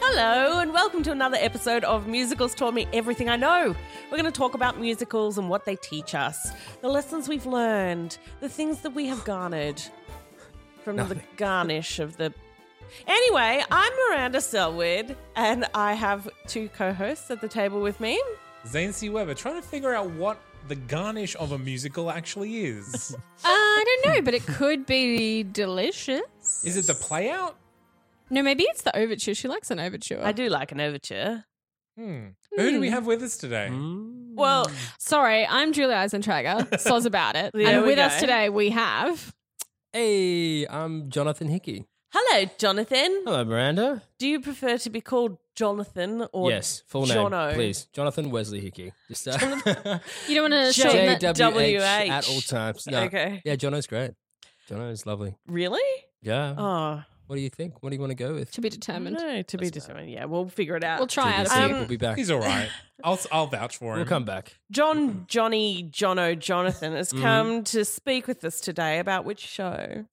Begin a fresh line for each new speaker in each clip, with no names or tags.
Hello, and welcome to another episode of Musicals Taught Me Everything I Know. We're going to talk about musicals and what they teach us, the lessons we've learned, the things that we have garnered from the garnish of the. Anyway, I'm Miranda Selwood, and I have two co hosts at the table with me.
Zane C. Weber trying to figure out what the garnish of a musical actually is.
Uh, I don't know, but it could be delicious.
is it the play out?
No, maybe it's the overture. She likes an overture.
I do like an overture.
Hmm. Who do we have with us today?
Hmm.
Well,
Sorry, I'm Julia Eisentrager. Soz about it.
There
and
we
with us
go.
today, we have.
Hey, I'm Jonathan Hickey.
hello, Jonathan.
Hello, Miranda.
Do you prefer to be called Jonathan or
yes, full name,
Jono?
please. Jonathan Wesley Hickey. Just uh,
You don't want
J-
to shorten it.
JWH
WH.
at all times. No.
Okay.
Yeah, Jono's great. Jono's lovely.
Really?
Yeah.
Oh,
What do you think? What do you want to go with?
To
I
be
don't
determined.
know, to be determined. Yeah, we'll figure it out.
We'll try out.
TBC.
a few.
Um,
we'll be back.
He's all right. I'll I'll vouch for him.
We'll come back. Mm-hmm.
John, Johnny, Jono, Jonathan has come to speak with us today about which show?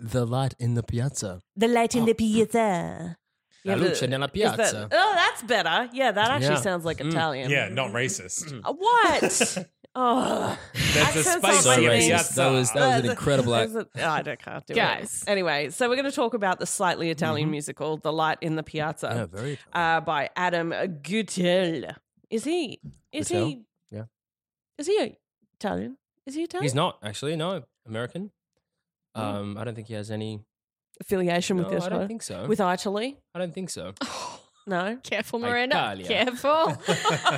The light in the piazza.
The Light in the Piazza.
Oh. La luce nella piazza.
oh, that's better. Yeah, that actually
Yeah.
sounds like Italian.
Yeah, not
Hmm.
racist.
Uh, What? oh,
That's a
Accents are
space
So
my
in the
thing.
racist.
piazza.
That was, that was
That's
an
a-
incredible act.
Is it- oh, I don't can't do
Guys.
it. Anyway, so we're going to talk about the slightly Italian musical, The Light in the Piazza,
Mm-hmm. Yeah, very.
uh, by Adam Guttel. Is he? Is he?
Guttel, yeah.
Is he Italian? Is he Italian?
He's not, actually. No, American. Um, I don't think he has any.
affiliation
No,
Oh. with this
I don't
one.
think so.
With Italy?
I don't think so.
No.
Careful, Miranda.
Italia.
Careful.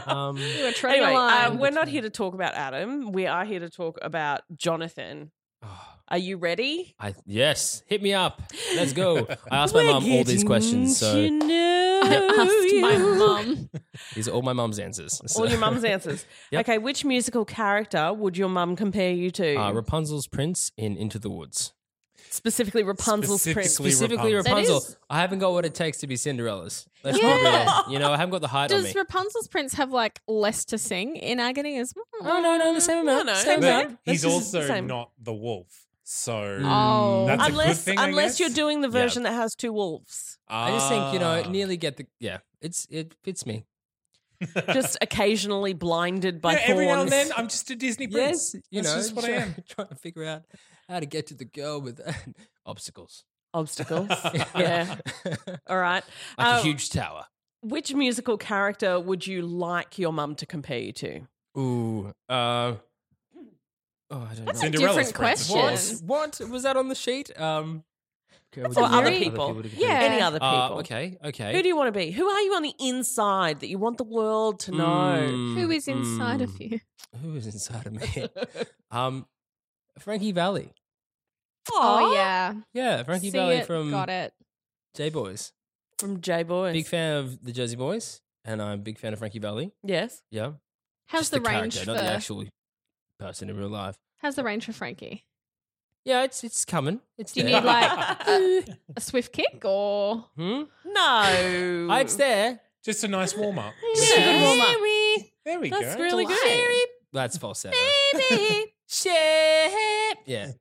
Um,
you were trying
Anyway,
to
uh,
line.
we're not here to talk about Adam. We are here to talk about Jonathan.
oh.
Are you ready?
I yes, hit me up. Let's go. I asked my mum all these questions, so
I asked my mum.
these are all my mum's answers. So.
All your mum's answers.
Yep.
Okay, which musical character would your mum compare you to?
Uh, Rapunzel's prince in Into the Woods,
Specifically, Rapunzel's Prince.
Specifically-
specifically
Rapunzel.
Rapunzel.
That is-
I haven't got what it takes to be Cinderella's. Let's
Yeah.
be real. You know, I haven't got the height on me.
Does Rapunzel's prince have like less to sing in agony as well?
oh no, no, the same amount.
no,
same
no.
amount.
This
He's
is the
also
same. Hmm.
not the wolf. So
Oh.
that's a good
unless
thing. I
unless
guess.
you're doing the
Yeah.
version that has two wolves.
I just think you know,
Ah.
it nearly get the yeah. It's it fits me.
Just occasionally blinded by
yeah, every now and
thorns.
then I'm just a Disney prince.
you
That's
know,
just what I
try-
am.
trying to figure out how to get to the girl with obstacles.
Obstacles. yeah. All right.
Like
Uh,
a huge tower.
Which musical character would you like your mum to compare you to?
Ooh. Uh, oh, I don't
That's
know.
a
Cinderella's
different
prince, of
question.
course.
What? What? Was that on the sheet? Um, okay,
That's
we
a
Or
can
other
do
very-
people?
we can do.
Yeah.
Any other people?
Uh, okay, okay.
Who do you want to be? Who are you on the inside that you want the world to know?
Mm,
Who is inside of
mm.
you?
Who is inside of me? um, Frankie Valley.
Oh, yeah.
Yeah, Frankie
See
Valley
it, Got
from
it.
J Boys.
From J Boys.
Big fan of the Jersey Boys, and I'm a big fan of Frankie Valley.
Yes.
Yeah,
How's
Just
the, range
character,
for
not the actual person in real life.
How's the range for Frankie?
Yeah, it's it's coming. It's
Do you
there.
need like a, a swift kick or
Hmm?
No.
Oh, it's there.
Just a nice warm up.
Just a good warm up.
There we
That's
go.
really good.
That's falsetto.
Baby.
Yeah.
yeah.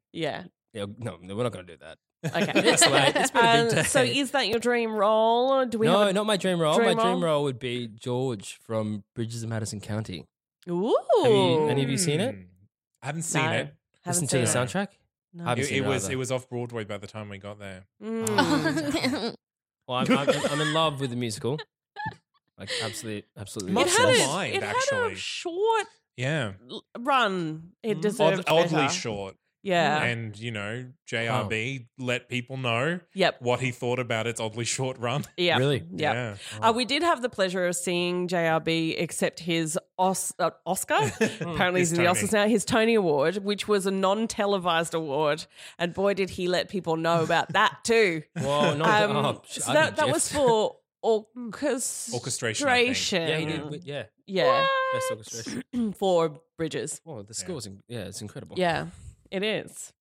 yeah. No, no, we're not going to do that.
Okay.
It's late. It's been a big day.
Um, so is that your dream role? Or do we
no,
have a-
not my dream role.
dream
my dream
role?
role would be George from Bridges of Madison County.
Ooh.
Have you, any of you seen it?
Hmm. I haven't seen
No.
it.
Listen to the
seen it.
soundtrack.
No.
I haven't
It,
seen
it was
either.
it was off Broadway by the time we got there.
Mm.
Well, I'm, I'm, I'm in love with the musical. Like absolutely, absolutely.
It
It
Much
had,
less
a-
mind,
it had
actually.
a short
Yeah,
l- run. It
Mm.
deserved
Odd- oddly
better.
short.
Yeah.
And you know, JRB let people know
Yep.
what he thought about its oddly short run.
Yep.
Really?
Yep. Uh, we did have the pleasure of seeing JRB accept his Os- uh, Oscar.
Hmm.
Apparently,
His
he's in the
Tony.
Oscars now. His Tony Award, which was a non televised award. And boy, did he let people know about that too.
Whoa, no,
Um,
oh, sh-
so
I'm
that, that was
gypped.
for orchestration.
Orchestration, I
yeah,
think.
he did. with- Yeah,
Yeah.
best orchestration.
for Bridges.
Whoa, the score's in, yeah, it's incredible.
Yeah, it is.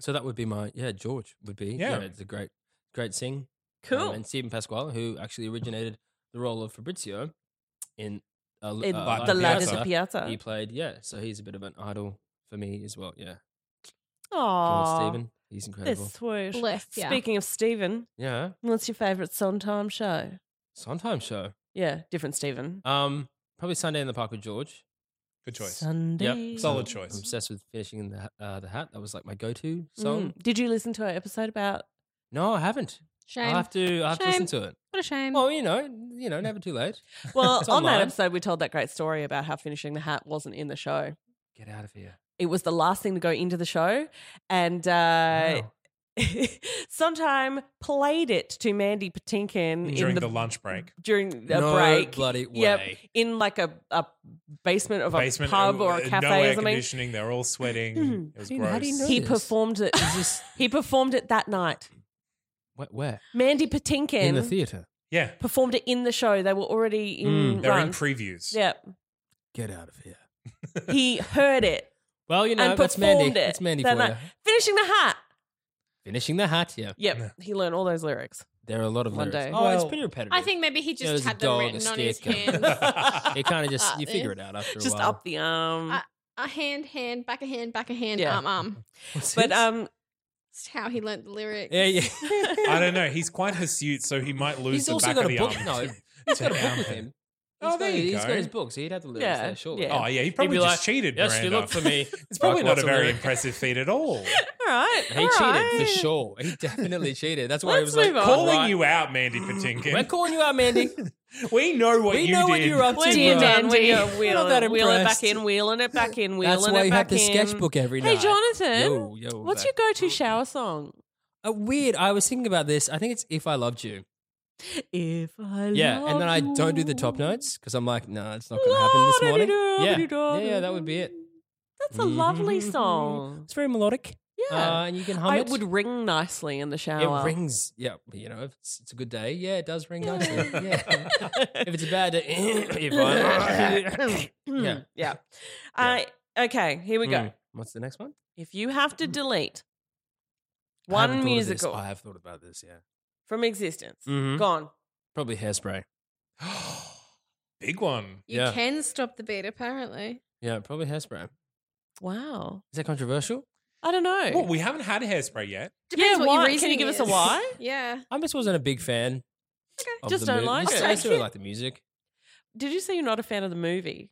So that would be my yeah. George would be
Yeah.
yeah. it's a great, great sing. Um,
Cool.
and Stephen Pasquale, who actually originated the role of Fabrizio in, uh,
In
uh,
the
Piazza.
Ladders of
Piazza.
Piazza.
He played yeah, so he's a bit of an idol for me as well. Yeah, Come on,
Aww.
Stephen, he's
That's
incredible.
sweet.
Bless ya.
Speaking of Stephen,
Yeah,
what's your favourite Sondheim show?
sometime show.
Yeah, different Stephen.
Um, probably Sunday in the Park with George.
Good choice.
Sunday.
Solid
I'm
choice.
obsessed with finishing in the ha- uh, the hat. That was like my go to song.
Mm. Did you listen to our episode about?
No, I haven't.
Shame.
I'll have to. I have to
Shame.
listen to it. Oh,
What a shame.
Well, you know, you know, never too late.
Well,
It's
on that
online.
episode, we told that great story about how finishing the hat wasn't in the show.
Get out of here.
It was the last thing to go into the show, and uh,
Wow.
sometime played it to Mandy Patinkin in
During
the,
the, lunch break.
during the
no
break.
bloody way.
Yep, in like a, a basement of
Basement
a pub or a
uh,
cafe
no air
or something.
conditioning. They're all sweating. It
How
was
do you- Hmm. how do you
gross.
know-
He
Yes.
performed it. he performed it that night.
Where? where?
Mandy
In the
Patinkin
theater.
Yeah,
performed it in the show. They were already in.
Mm.
they're in
runs.
previews.
yeah,
Get out of here.
he heard it
Well, you know,
and
that's
performed
Mandy.
it.
That's Mandy
that
for
night.
you.
Finishing the hat.
Finishing the hat. Yeah,
Yep, he learned all those lyrics.
there are a lot of
One
lyrics.
day.
Oh, it's
Well-
pretty repetitive.
I think maybe he
Yeah, there's
just
a
had them
dog, a
written on his
stick, a-
hand.
it kind of just you
Uh,
figure it out after
Just
a while.
up the arm.
Uh, a hand, hand, back a hand, back a hand,
Yeah.
arm, arm.
What's
but
this?
um,
That's how he learnt the lyrics.
yeah, yeah.
I don't know. He's quite hirsute, so he might lose
He's
the
also
back
got
of
a
the
book.
arm.
No,
to-
he's
to
got a book
Amber.
with him.
Oh,
He's got-
there you
He's
go.
got his books. He'd have the lyrics
Yeah,
there, surely.
yeah.
Oh yeah, he probably
be
just
like,
cheated.
"Yes, you
Miranda."
look for me.
It's probably
Fuck,
not
what's
a
the
very
lyric?
impressive feat at all.
all right.
He cheated for sure. He definitely cheated. That's
Let's
why he was like,
move on.
Calling
"Alright,
you out, Mandy
We're
Patinkin.
calling you out, Mandy.
we know what
we
you
know
did.
what you're up to,
When
Dear
you're
bro.
man.
done, when you're wheeling,
that
wheeling it back
impressed.
in, wheeling it back in, wheeling
That's why
it
you
back
have the
in.
sketchbook every
Hey,
night.
Jonathan,
Yo, yo,
what's
back.
your go-to shower song?
A Uh, weird. I was thinking about this. I think it's "If I Loved You."
If I
Yeah, and then I don't do the top notes because I'm like, no, it's not going to happen this morning. Yeah, yeah, yeah, that would be it.
That's a lovely song.
It's very melodic,
Yeah,
uh, and you can hum
I
it.
it would ring nicely in the shower.
It rings. Yeah, you know, if it's, it's a good day. Yeah, it does ring nicely. Yeah. if it's a bad day, if I, yeah.
Mm, yeah. Uh, okay, here we go.
Mm. What's the next one?
If you have to delete
I haven't
one
thought of this.
musical
I have thought about this. Yeah,
from existence,
Mhm.
gone.
probably hairspray.
Big one.
You
Yeah.
can stop the beat, apparently.
Yeah, probably hairspray. Is
Wow.
that controversial?
I don't know.
Well, we haven't had hairspray yet.
Depends
yeah,
what
why?
your
Can you
reasoning
give us a
is.
why?
Yeah.
I just wasn't a big fan. of
Just
the
don't
mu-
like
Just-
it.
I just really like the music.
Did you say you're not a fan of the movie?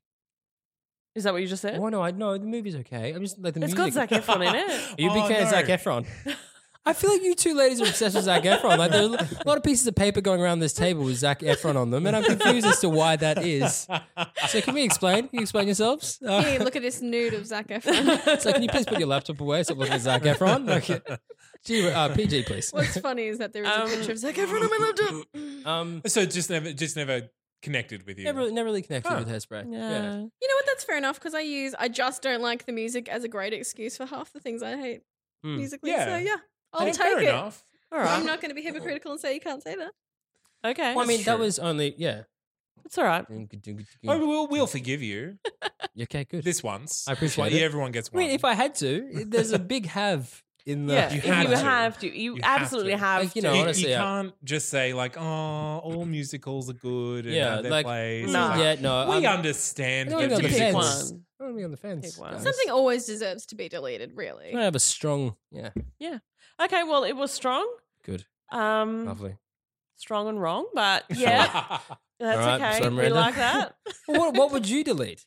Is that what you just said?
Why no? I no, the movie's okay. I just like the
It's got
music.
Zac Efron in it.
Are you a big
Oh,
fan of
no.
Zac Efron? I feel like you two ladies are obsessed with Zac Efron. Like there's a lot of pieces of paper going around this table with Zac Efron on them, and I'm confused as to why that is. So can we explain? Can you explain yourselves? Uh,
Hey, look at this nude of Zac Efron.
so can you please put your laptop away? Stop looking at Zac Efron. Okay. G, uh, PG, please.
What's funny is that there is
Um,
a picture of Zac Efron on my laptop. You
Um,
So it just never, just never connected with you.
never, never really connected
Huh.
with Hairspray.
Yeah.
know what? That's fair enough because I use, I just don't like the music as a great excuse for half the things I hate
Hmm.
musically.
Yeah.
So yeah, I'll
Yeah,
take
fair
it.
enough.
All
I'm
right.
not going to be hypocritical and say you can't say that.
okay.
Well, I mean, that
true.
was only yeah.
it's all right.
Oh, we'll, we'll forgive you
Okay, good.
this once.
I appreciate
Like,
it.
Everyone gets
I
one.
mean, if I had to, there's a big have in the.
Yeah.
You
if
had
you
to.
have to. You,
You have
absolutely
to.
have to.
Like, you know,
you,
honestly, uh
you
I-
can't just say like, "Oh, all musicals are good." And
Yeah,
have their
like-
place. It's
Nah.
like,
Yeah, no.
we
I'm-
understand.
I don't
that
think
Pick
I'll be
musicals-
fans.
one.
I don't want to be on the fence.
Pick one.
guys.
Something always deserves to be deleted, really.
I don't have a strong. Yeah,
Okay. Well, it was strong.
good,
Um,
lovely.
strong and wrong, but yeah, that's
All right,
okay.
so I'm
we
random.
like that.
Well, what, what would you delete?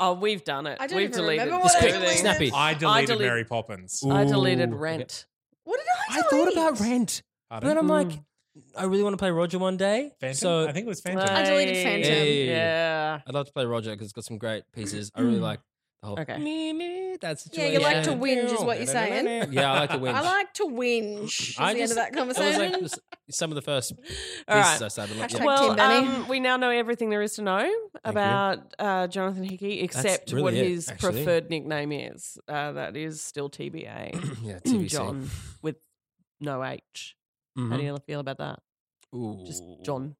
Oh, we've done it.
I don't
we've
even
deleted
remember
It's
what I
quick,
deleted.
snappy.
I deleted
delete-
Mary Poppins.
I deleted
Ooh.
Rent.
What did I
I
do?
thought about rent,
I
but
don't
then
know.
I'm like, I really want to play Roger one day.
Phantom?
So
I think it was Phantom.
I deleted
Hey.
Phantom.
Hey.
Yeah.
I'd love to play Roger because it's got some great pieces. I really like the whole
Okay.
me, me, that
Yeah,
situation.
you like to whinge is what you're saying.
Yeah, I like to whinge.
I like to whinge. Is
I just-
the end of that
That was
conversation.
like s- some of the first pieces
All right.
I started. Like,
Hashtag
yeah.
Team
Well,
Benny.
um, we now know everything there is to know about uh, Jonathan Hickey, except
really
what
it,
his
actually.
preferred nickname is. Uh, that is still TBA.
yeah, TBC.
John with no H. How do
Mhm.
you feel about that? Just
Ooh.
John.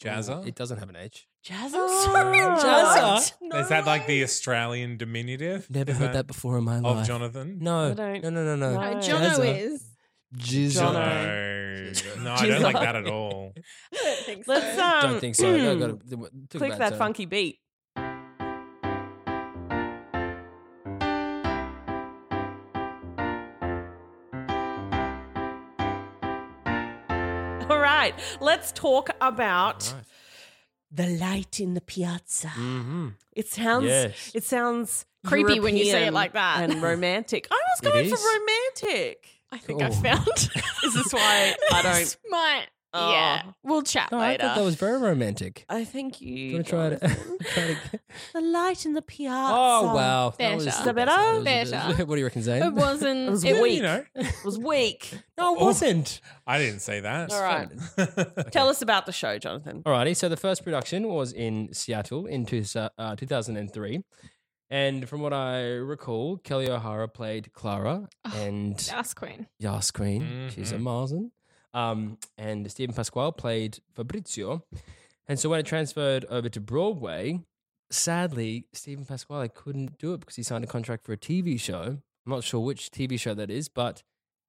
Jazza?
It doesn't have an H.
Jazz. Oh.
Jazza?
Is that like the Australian diminutive?
Never
Is
heard that before in my
of
life.
Jonathan?
No,
I
no,
don't-
no, no, no.
No,
No.
Jono
Jazza.
is.
No,
Jono.
no, I don't like that at all.
I don't think so.
Let's um,
Don't think so. I gotta, took a
click
bad
that
turn.
funky beat. All right, let's talk about
Right.
the light in the piazza.
Mhm.
It sounds
Yes.
it sounds
Creepy when you say it
European
like that.
and romantic. I was
It
going
is.
for romantic.
I think I
Cool.
found.
Is this why I don't?
This might. Yeah,
Oh.
we'll chat
Ah. No, I
later.
thought that was very romantic.
I think
Do you
you.
want to try it? try it again?
The light in the piazza.
Oh wow,
Better.
that was
Is that
better?
that was- that
Better.
was- What do you reckon, Zane?
It wasn't.
It was
it-
weak.
You know,
It was weak.
No, it wasn't.
I didn't say that.
All right. Tell us about the show, Jonathan.
Alrighty, so the first production was in Seattle in two, uh, 2003. And from what I recall, Kelly O'Hara played Clara and
Ask Queen.
Yas Queen. She's
Mhm.
amazing. Um, and Stephen Pasquale played Fabrizio. And so when it transferred over to Broadway, sadly, Stephen Pasquale couldn't do it because he signed a contract for a TV show. I'm not sure which TV show that is, but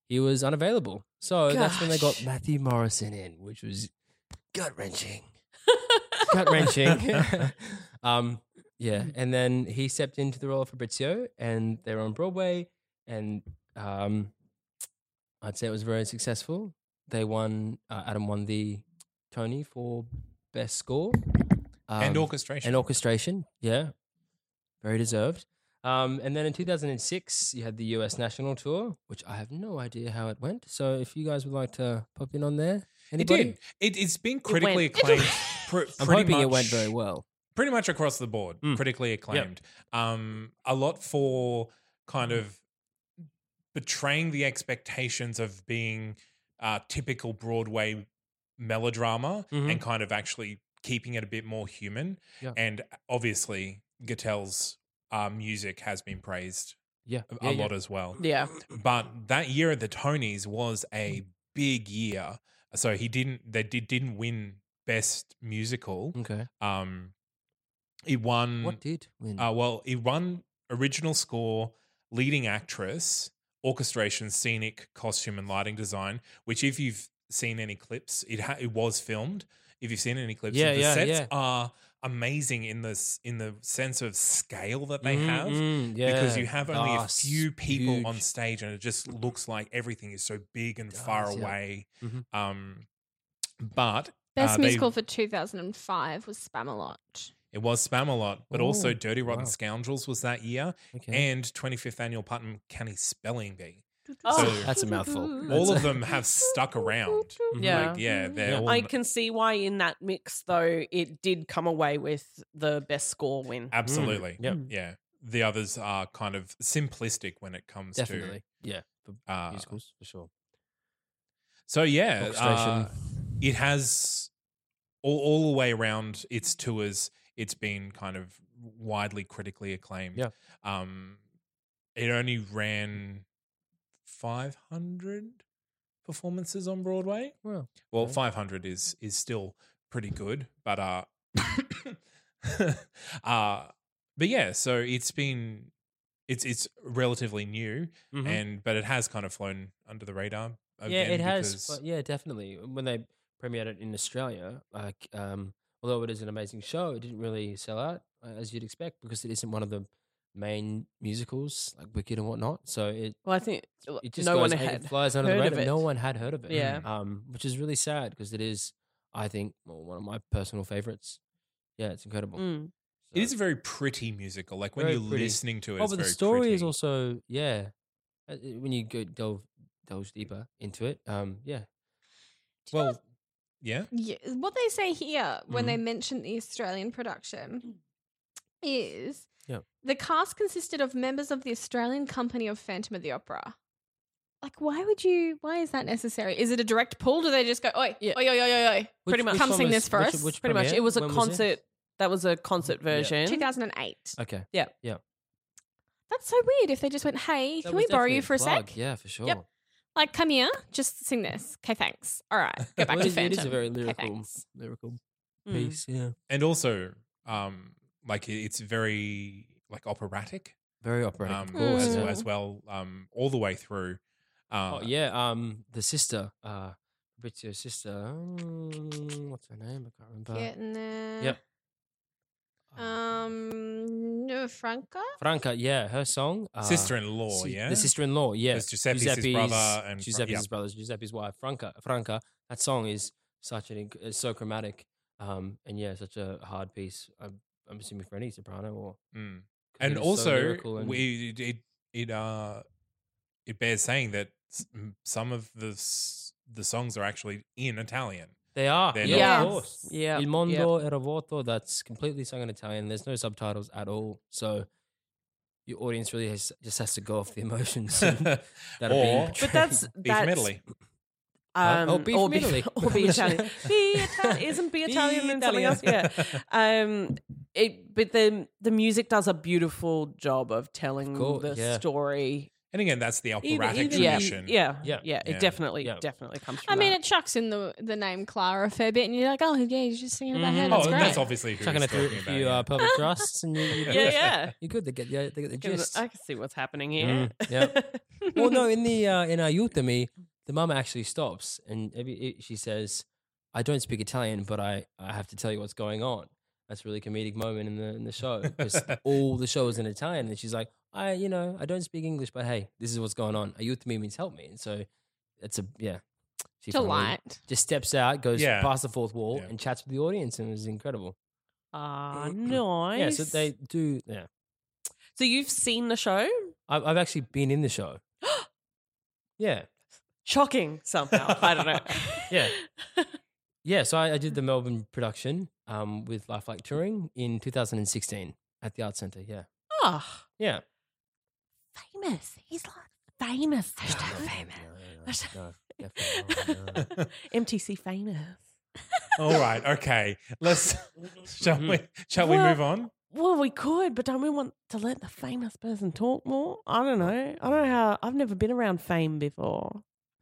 he was unavailable. So that's when they got
Gosh.
Matthew Morrison in, which was gut wrenching. gut wrenching. um, yeah. And then he stepped into the role of Fabrizio, and they were on Broadway. And um, I'd say it was very successful. They won, uh, Adam won the Tony for best score um,
and orchestration.
and orchestration. Yeah, very deserved. Um, and then in 2006, you had the US national tour, which I have no idea how it went. So if you guys would like to pop in on there,
It
anybody?
did. It, it's been critically
went-
acclaimed. pr-
I'm
pretty
hoping
much,
it went very well.
Pretty much across the board,
Mm.
critically acclaimed. Um, a lot for kind of betraying the expectations of being uh, typical Broadway melodrama
Mhm.
and kind of actually keeping it a bit more human.
Yeah.
And uh, obviously, Gattel's uh, music has been praised
Yeah,
a-
yeah,
a
yeah. Mm.
lot as well.
Yeah.
But that year at the Tonys was a big year. So he didn't they did, didn't win best musical.
Okay.
Um he won
What did win?
uh well, he won original score, leading actress, orchestration, scenic, costume and lighting design, which if you've seen any clips, it ha- it was filmed. If you've seen any clips,
Yeah,
the
yeah,
sets
yeah.
are amazing in this in the sense of scale that they
Mm,
have
mm,
because
yeah.
you have only a
Vast,
few people on
huge.
stage and it just looks like everything is so big and
does,
far
yeah.
away
Mhm.
um but
Best
Ah,
uh, they-
musical for 2005 was Spamalot.
it was Spamalot, but also
Oh,
Dirty Rotten
wow.
Scoundrels was that year,
Okay.
and 25th Annual Putnam County Spelling Bee.
Oh.
That's a mouthful.
All
That's
of
a-
them have stuck around.
Yeah.
Like, yeah,
Mm-hmm.
they're
Yeah.
all.
I
Mm.
can see why in that mix though it did come away with the best score win.
absolutely.
Yep.
Yeah. The others are kind of simplistic when it comes
Definitely. Yeah. For
to. Uh,
musicals, for sure.
so, yeah. uh,
Orchestration.
it has all, all the way around its tours it's been kind of widely critically acclaimed
Yeah.
um it only ran 500 performances on broadway
Wow.
well
Okay.
500 is is still pretty good but uh uh but yeah so it's been it's it's relatively new
Mhm.
and but it has kind of flown under the radar
yeah,
again
it has.
because-
but yeah, definitely. Uh, When they premiered it in Australia, like, um, although it is an amazing show, it didn't really sell out uh, as you'd expect because it isn't one of the main musicals like Wicked and whatnot. So it
Well, I think
uh,
it just
no
goes,
one
it
had.
flies under the
heard of
radar. No
it.
one had heard of it.
Yeah.
um, which is really sad because it is, I think, well, one of my personal favorites. Yeah, it's incredible.
Mm.
It is a very pretty musical. Like when
Very
you're
pretty.
listening to it,
Oh,
it's
but the
very
story
pretty.
is also yeah. uh, uh, When you go delve delve deeper into it, um, yeah.
Do you know
well, yeah.
Yeah, what they say here when
Mm-hmm.
they mention the Australian production is
Yep.
the cast consisted of members of the Australian company of Phantom of the Opera. Like, why would you? Why is that necessary? Is it a direct pull? Do they just go, oi,
Yeah.
oi, oi, oi, oi, oi?
Which-
much.
which
Come
one
sing
was-
this for
which-
us.
which
Pretty much.
premiere?
It was a
When Mm,
concert. that was a concert version.
2008.
Okay,
That's so weird. If they just went, hey,
That
can
was
we borrow
definitely
you
a
for a
plug,
sec?
Yeah, for sure.
Like, come here, just sing this. Okay, thanks. All right, go back
Well,
to
it- it
Phantom.
is a very
Okay,
lyrical,
thanks. Hmm.
lyrical
Mm.
piece. Yeah,
And also, um, like it- it's very like operatic
very operatic.
um,
of course.
as,
yeah.
Mm.
as well, um, all the way through. Uh,
Oh yeah, um, the sister, uh, Fabrizio's sister. mm, what's her name? I can't remember.
Getting there.
Yep. Oh,
Um, no, Franca.
Franca, yeah, her song. Uh,
sister-in-law,
si-
yeah,
the sister-in-law, yeah.
There's Giuseppe's his brother and Fra-
Giuseppe's
yeah.
his brother, Giuseppe's wife, Franca. Franca, that song is such an inc- it's so chromatic, um, and yeah, such a hard piece. I'm, I'm assuming for any soprano or
Mm.
'cause it
and
is so
also
lyrical and-
we, it, it it uh it bears saying that s- m- some of the s- the songs are actually in Italian.
they are,
they're
yeah,
not-
of course.
Yeah.
Il mondo era vuoto. That's completely sung in Italian. There's no subtitles at all, so your audience really has, just has to go off the emotions. and that are being
Or-
But
But
portrayed.
that's
Beef
that's
medley.
Huh?
Um,
Oh, beef
or
medley.
or be Italian. be Italian isn't be
Be
Italian and something else.
Italian.
Yeah. Um. It. But the the music does a beautiful job of telling
course,
the
yeah.
story.
And again, that's the
Even-
operatic
even-
Yeah.
tradition.
e, Yeah.
Yeah.
Yeah. Yeah.
Yeah.
It definitely
Yeah.
definitely comes from.
I mean,
that.
it chucks in the the name Clara a fair bit, and you're like, oh yeah, he's just singing about her.
Mhm.
That's
oh,
great.
that's obviously who
chucking a
he's
few,
talking about.
few
yeah.
uh, pelvic thrusts, and you, you
yeah, yeah.
You're good. They get the they get the
Can-
gist.
I can see what's happening here.
Mm, well, no, in the uh, in Ayutami, the mum actually stops and every, it- she says, "I don't speak Italian, but I, I have to tell you what's going on." That's a really comedic moment in the in the show because all the show is in Italian, and she's like, "I you know I don't speak English, but hey, this is what's going on." Ayutami means help me, and so it's a yeah. She finally
Delight.
Just steps out, goes
Yeah.
past the fourth wall,
Yeah.
and chats with the audience, and it was incredible.
Ah, nice.
Mm, Yeah, so they do. Yeah,
So you've seen the show?
I've, I've actually been in the show. yeah,
Shocking somehow. I don't know.
Yeah. yeah. So I, I
Mm-hmm.
did the Melbourne production um, with Lifelike Touring in 2016 at the Art Centre. Yeah,
Ah,
yeah.
famous. He's like famous.
No, no, definitely not, no.
MTC famous.
All right, okay. Let's shall we shall we
Well-
move on?
Well, we could, but don't we want to let the famous person talk more? I don't know. I don't know how. I've never been around fame before.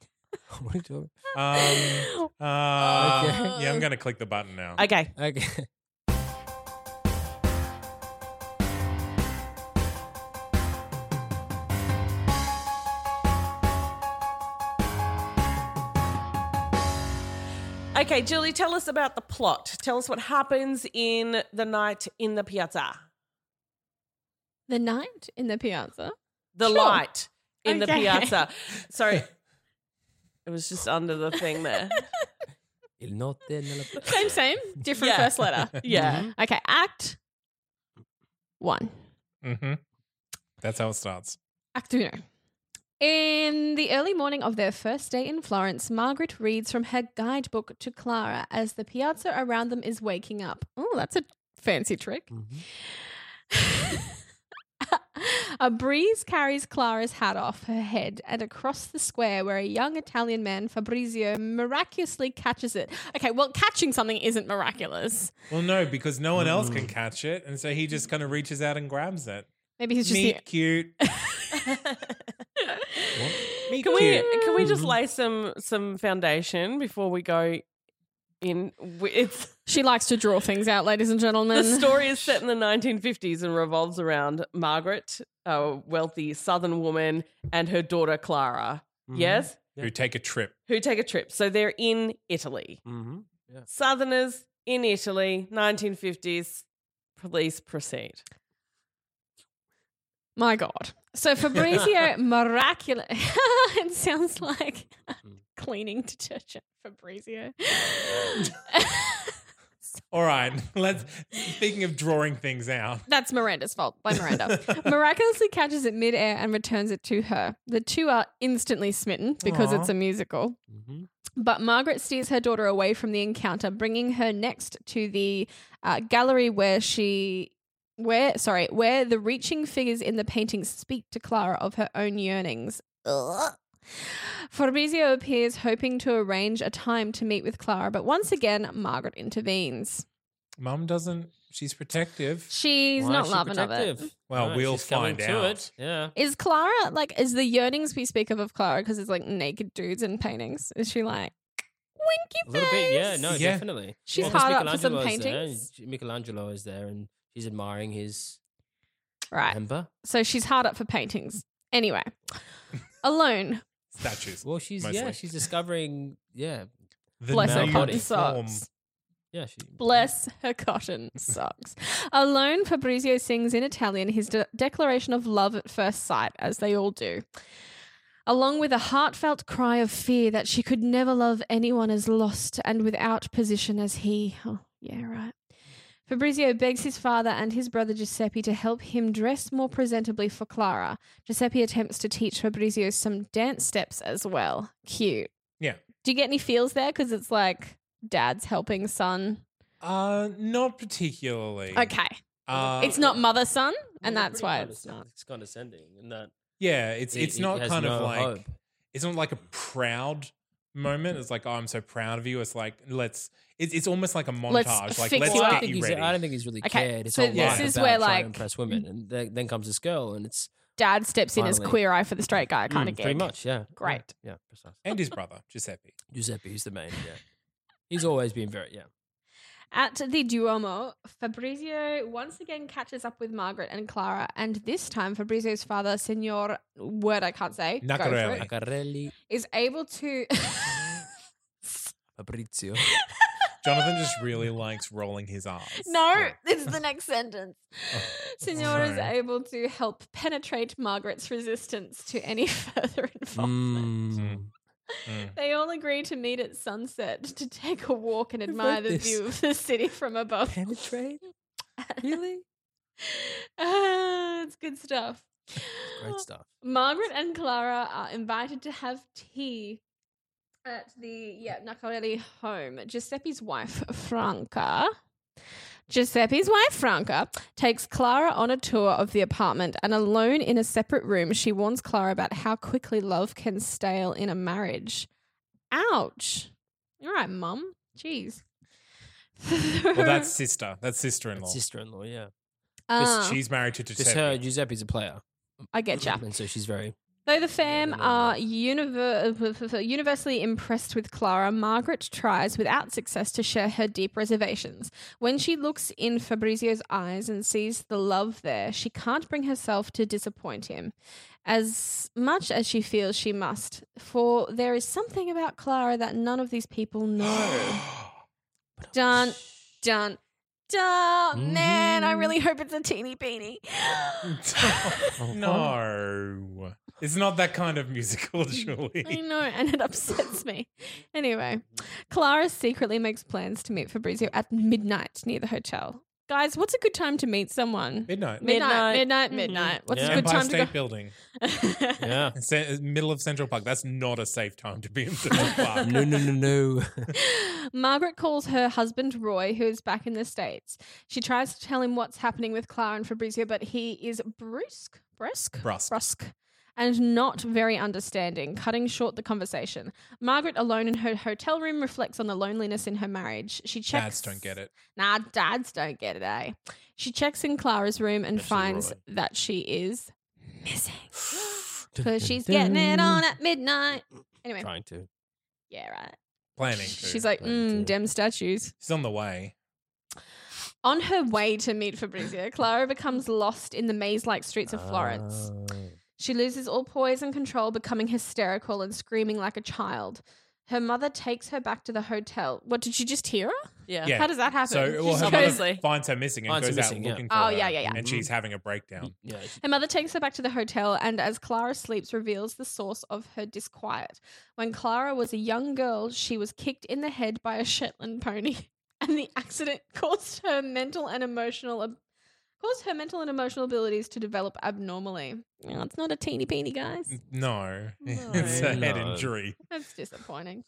What are you doing?
Um, uh, Yeah, I'm going to click the button now.
Okay.
Okay.
Okay, Julie, tell us about the plot. Tell us what happens in the night in the piazza.
The night in the piazza.
The
Sure.
light in the
Okay.
piazza. Sorry. It was just under the thing there.
Mm-hmm.
Il notte nella...
Same, same, different
Yeah.
first letter.
Yeah.
Okay, Act One.
hmm That's how it starts.
Act Uno. In the early morning of their first day in Florence, Margaret reads from her guidebook to Clara as the piazza around them is waking up. Oh, that's a fancy trick.
Mhm.
a breeze carries Clara's hat off her head and across the square where a young Italian man, Fabrizio, miraculously catches it. Okay, well, catching something isn't miraculous.
Well, no, because no one else can catch it, and so he just kind of reaches out and grabs it.
Maybe he's just
Meet
the-
cute. Meet
Can we
cute.
can we
Mm-hmm.
just lay some some foundation before we go in? We- It's
She likes to draw things out, ladies and gentlemen.
the story is set in the 1950s and revolves around Margaret, a wealthy Southern woman, and her daughter Clara.
mm-hmm,
Mm-hmm.
Yes,
Who take a trip?
who take a trip. So they're in Italy.
Mm-hmm.
Southerners in Italy, 1950s. Police proceed.
My God. So Fabrizio miraculous. it sounds like cleaning detergent. Fabrizio. so
All right. Let's speaking of drawing things out.
That's Miranda's fault by Miranda. Miraculously catches it midair and returns it to her. The two are instantly smitten because
Aw.
it's a musical.
mm-hmm.
But Margaret steers her daughter away from the encounter, bringing her next to the uh, gallery where she, where sorry, where the reaching figures in the painting speak to Clara of her own yearnings. Ugh. Fabrizio appears, hoping to arrange a time to meet with Clara, but once again, Margaret intervenes.
Mum doesn't she's protective.
She's
Why
not
is she
loving of it.
protective?
Well,
No,
we'll
she's coming
find
to
out.
it. Yeah.
Is Clara like? Is the yearnings we speak of of Clara because it's like naked dudes in paintings? Is she like
A
winky face?
little bit, yeah, no,
Yeah.
definitely.
She's
because
hard up for some
Michelangelo's there,
paintings.
and Michelangelo is there, and she's admiring his
right.
amber.
So she's hard up for paintings. Anyway, alone.
Statues.
Well, she's yeah,
Mostly.
she's discovering yeah,
The
bless her
new
body.
cotton
form.
socks.
yeah. She,
Bless her cotton socks. Alone, Fabrizio sings in Italian his de- declaration of love at first sight, as they all do, along with a heartfelt cry of fear that she could never love anyone as lost and without position as he. Oh, yeah, right. Fabrizio begs his father and his brother Giuseppe to help him dress more presentably for Clara. Giuseppe attempts to teach Fabrizio some dance steps as well. Cute.
Yeah.
Do you get any feels there? Because it's like dad's helping son.
Uh not particularly.
Okay.
Uh,
it's not mother son,
Well,
and that's
pretty
why
condescend-
it's not.
It's condescending, and that
Yeah, it's
he-
it's
he
not
has
kind of
no
like
hope.
it's not like a proud moment. It's like, oh, I'm so proud of you. It's like let's. It's, it's almost like a montage.
Let's
like
fix
let's
you
Well, I
up.
get
think
you
he's-
ready.
I don't think he's really
Okay,
cared. It's
so
all
this
life
is
about
where,
trying
like-
to impress women, and then, then comes this girl, and it's
Dad steps in as
Finally.
queer eye for the straight guy kind
Mm,
of gig.
pretty much yeah.
Great.
yeah, yeah precise.
and his brother Giuseppe.
Giuseppe is the main. Yeah, he's always been very yeah.
At the Duomo, Fabrizio once again catches up with Margaret and Clara, and this time Fabrizio's father, Signor word I can't say, go for
Nacarelli.
it,
Macarelli,
is able to.
Fabrizio.
Jonathan just really likes rolling his R's.
No, it's the next sentence.
Oh,
Signor is
Sorry.
able to help penetrate Margaret's resistance to any further involvement.
Mm.
Mm.
They all agree to meet at sunset to take a walk and admire
read
the
this.
view of the city from above.
Penetrate. Really?
Ah, it's good stuff.
Great stuff.
Margaret and Clara are invited to have tea at the yeah Nacarelli home. Giuseppe's wife Franca. Giuseppe's wife Franca takes Clara on a tour of the apartment, and alone in a separate room, she warns Clara about how quickly love can stale in a marriage. Ouch! All right, Mum. Jeez.
Well, that's sister. That's sister-in-law.
Sister-in-law, yeah.
Ah,
She's married to
Because her
Giuseppe.
Giuseppe's a player,
I get ya.
and so she's very
Though the fam
no, no,
are
no.
univer- uh, universally impressed with Clara, Margaret tries, without success, to share her deep reservations. When she looks in Fabrizio's eyes and sees the love there, she can't bring herself to disappoint him, as much as she feels she must, for there is something about Clara that none of these people know. dun, dun, dun. Man, I really hope it's a teeny beanie.
no, it's not that kind of musical,
I
surely.
know, and it upsets me. Anyway, Clara secretly makes plans to meet Fabrizio at midnight near the hotel. Guys, what's a good time to meet someone?
Midnight. Mm-hmm.
Midnight, midnight, midnight. What's
Yeah.
a good
Empire
time
State
to
Building,
go?
yeah.
Ce- middle of Central Park. That's not a safe time to be in Central Park.
no, no, no, no.
Margaret calls her husband Roy, who is back in the States. She tries to tell him what's happening with Clara and Fabrizio, but he is brusque, brusque,
Brusque.
and not very understanding, cutting short the conversation. Margaret, alone in her hotel room, reflects on the loneliness in her marriage. She
Dads
checks.
don't get it.
Nah, dads don't get it, eh? She checks in Clara's room and
Especially
finds
Roy.
that she is missing. Because she's getting it on at midnight. Anyway,
Trying to.
yeah, right.
Planning. to.
She's like,
Planning
mm,
to.
dem statues.
she's on the way.
On her way to meet Fabrizio, Clara becomes lost in the maze like streets of
Ah.
Florence.
Oh,
She loses all poise and control, becoming hysterical and screaming like a child. Her mother takes her back to the hotel. What did you just hear her?
Yeah.
How does that happen?
so well,
She
her
goes-
mother
Obviously.
finds her missing Mm. and
Finds her
goes
missing,
out
yeah.
looking
Oh,
for her.
yeah, yeah, yeah.
And she's having a breakdown.
Yeah.
Her mother takes her back to the hotel and, as Clara sleeps, reveals the source of her disquiet. When Clara was a young girl, she was kicked in the head by a Shetland pony. and the accident caused her mental and emotional ab- caused her mental and emotional abilities to develop abnormally. Oh, it's not a teeny peeny, guys.
No,
No.
it's a head
No.
injury.
That's disappointing.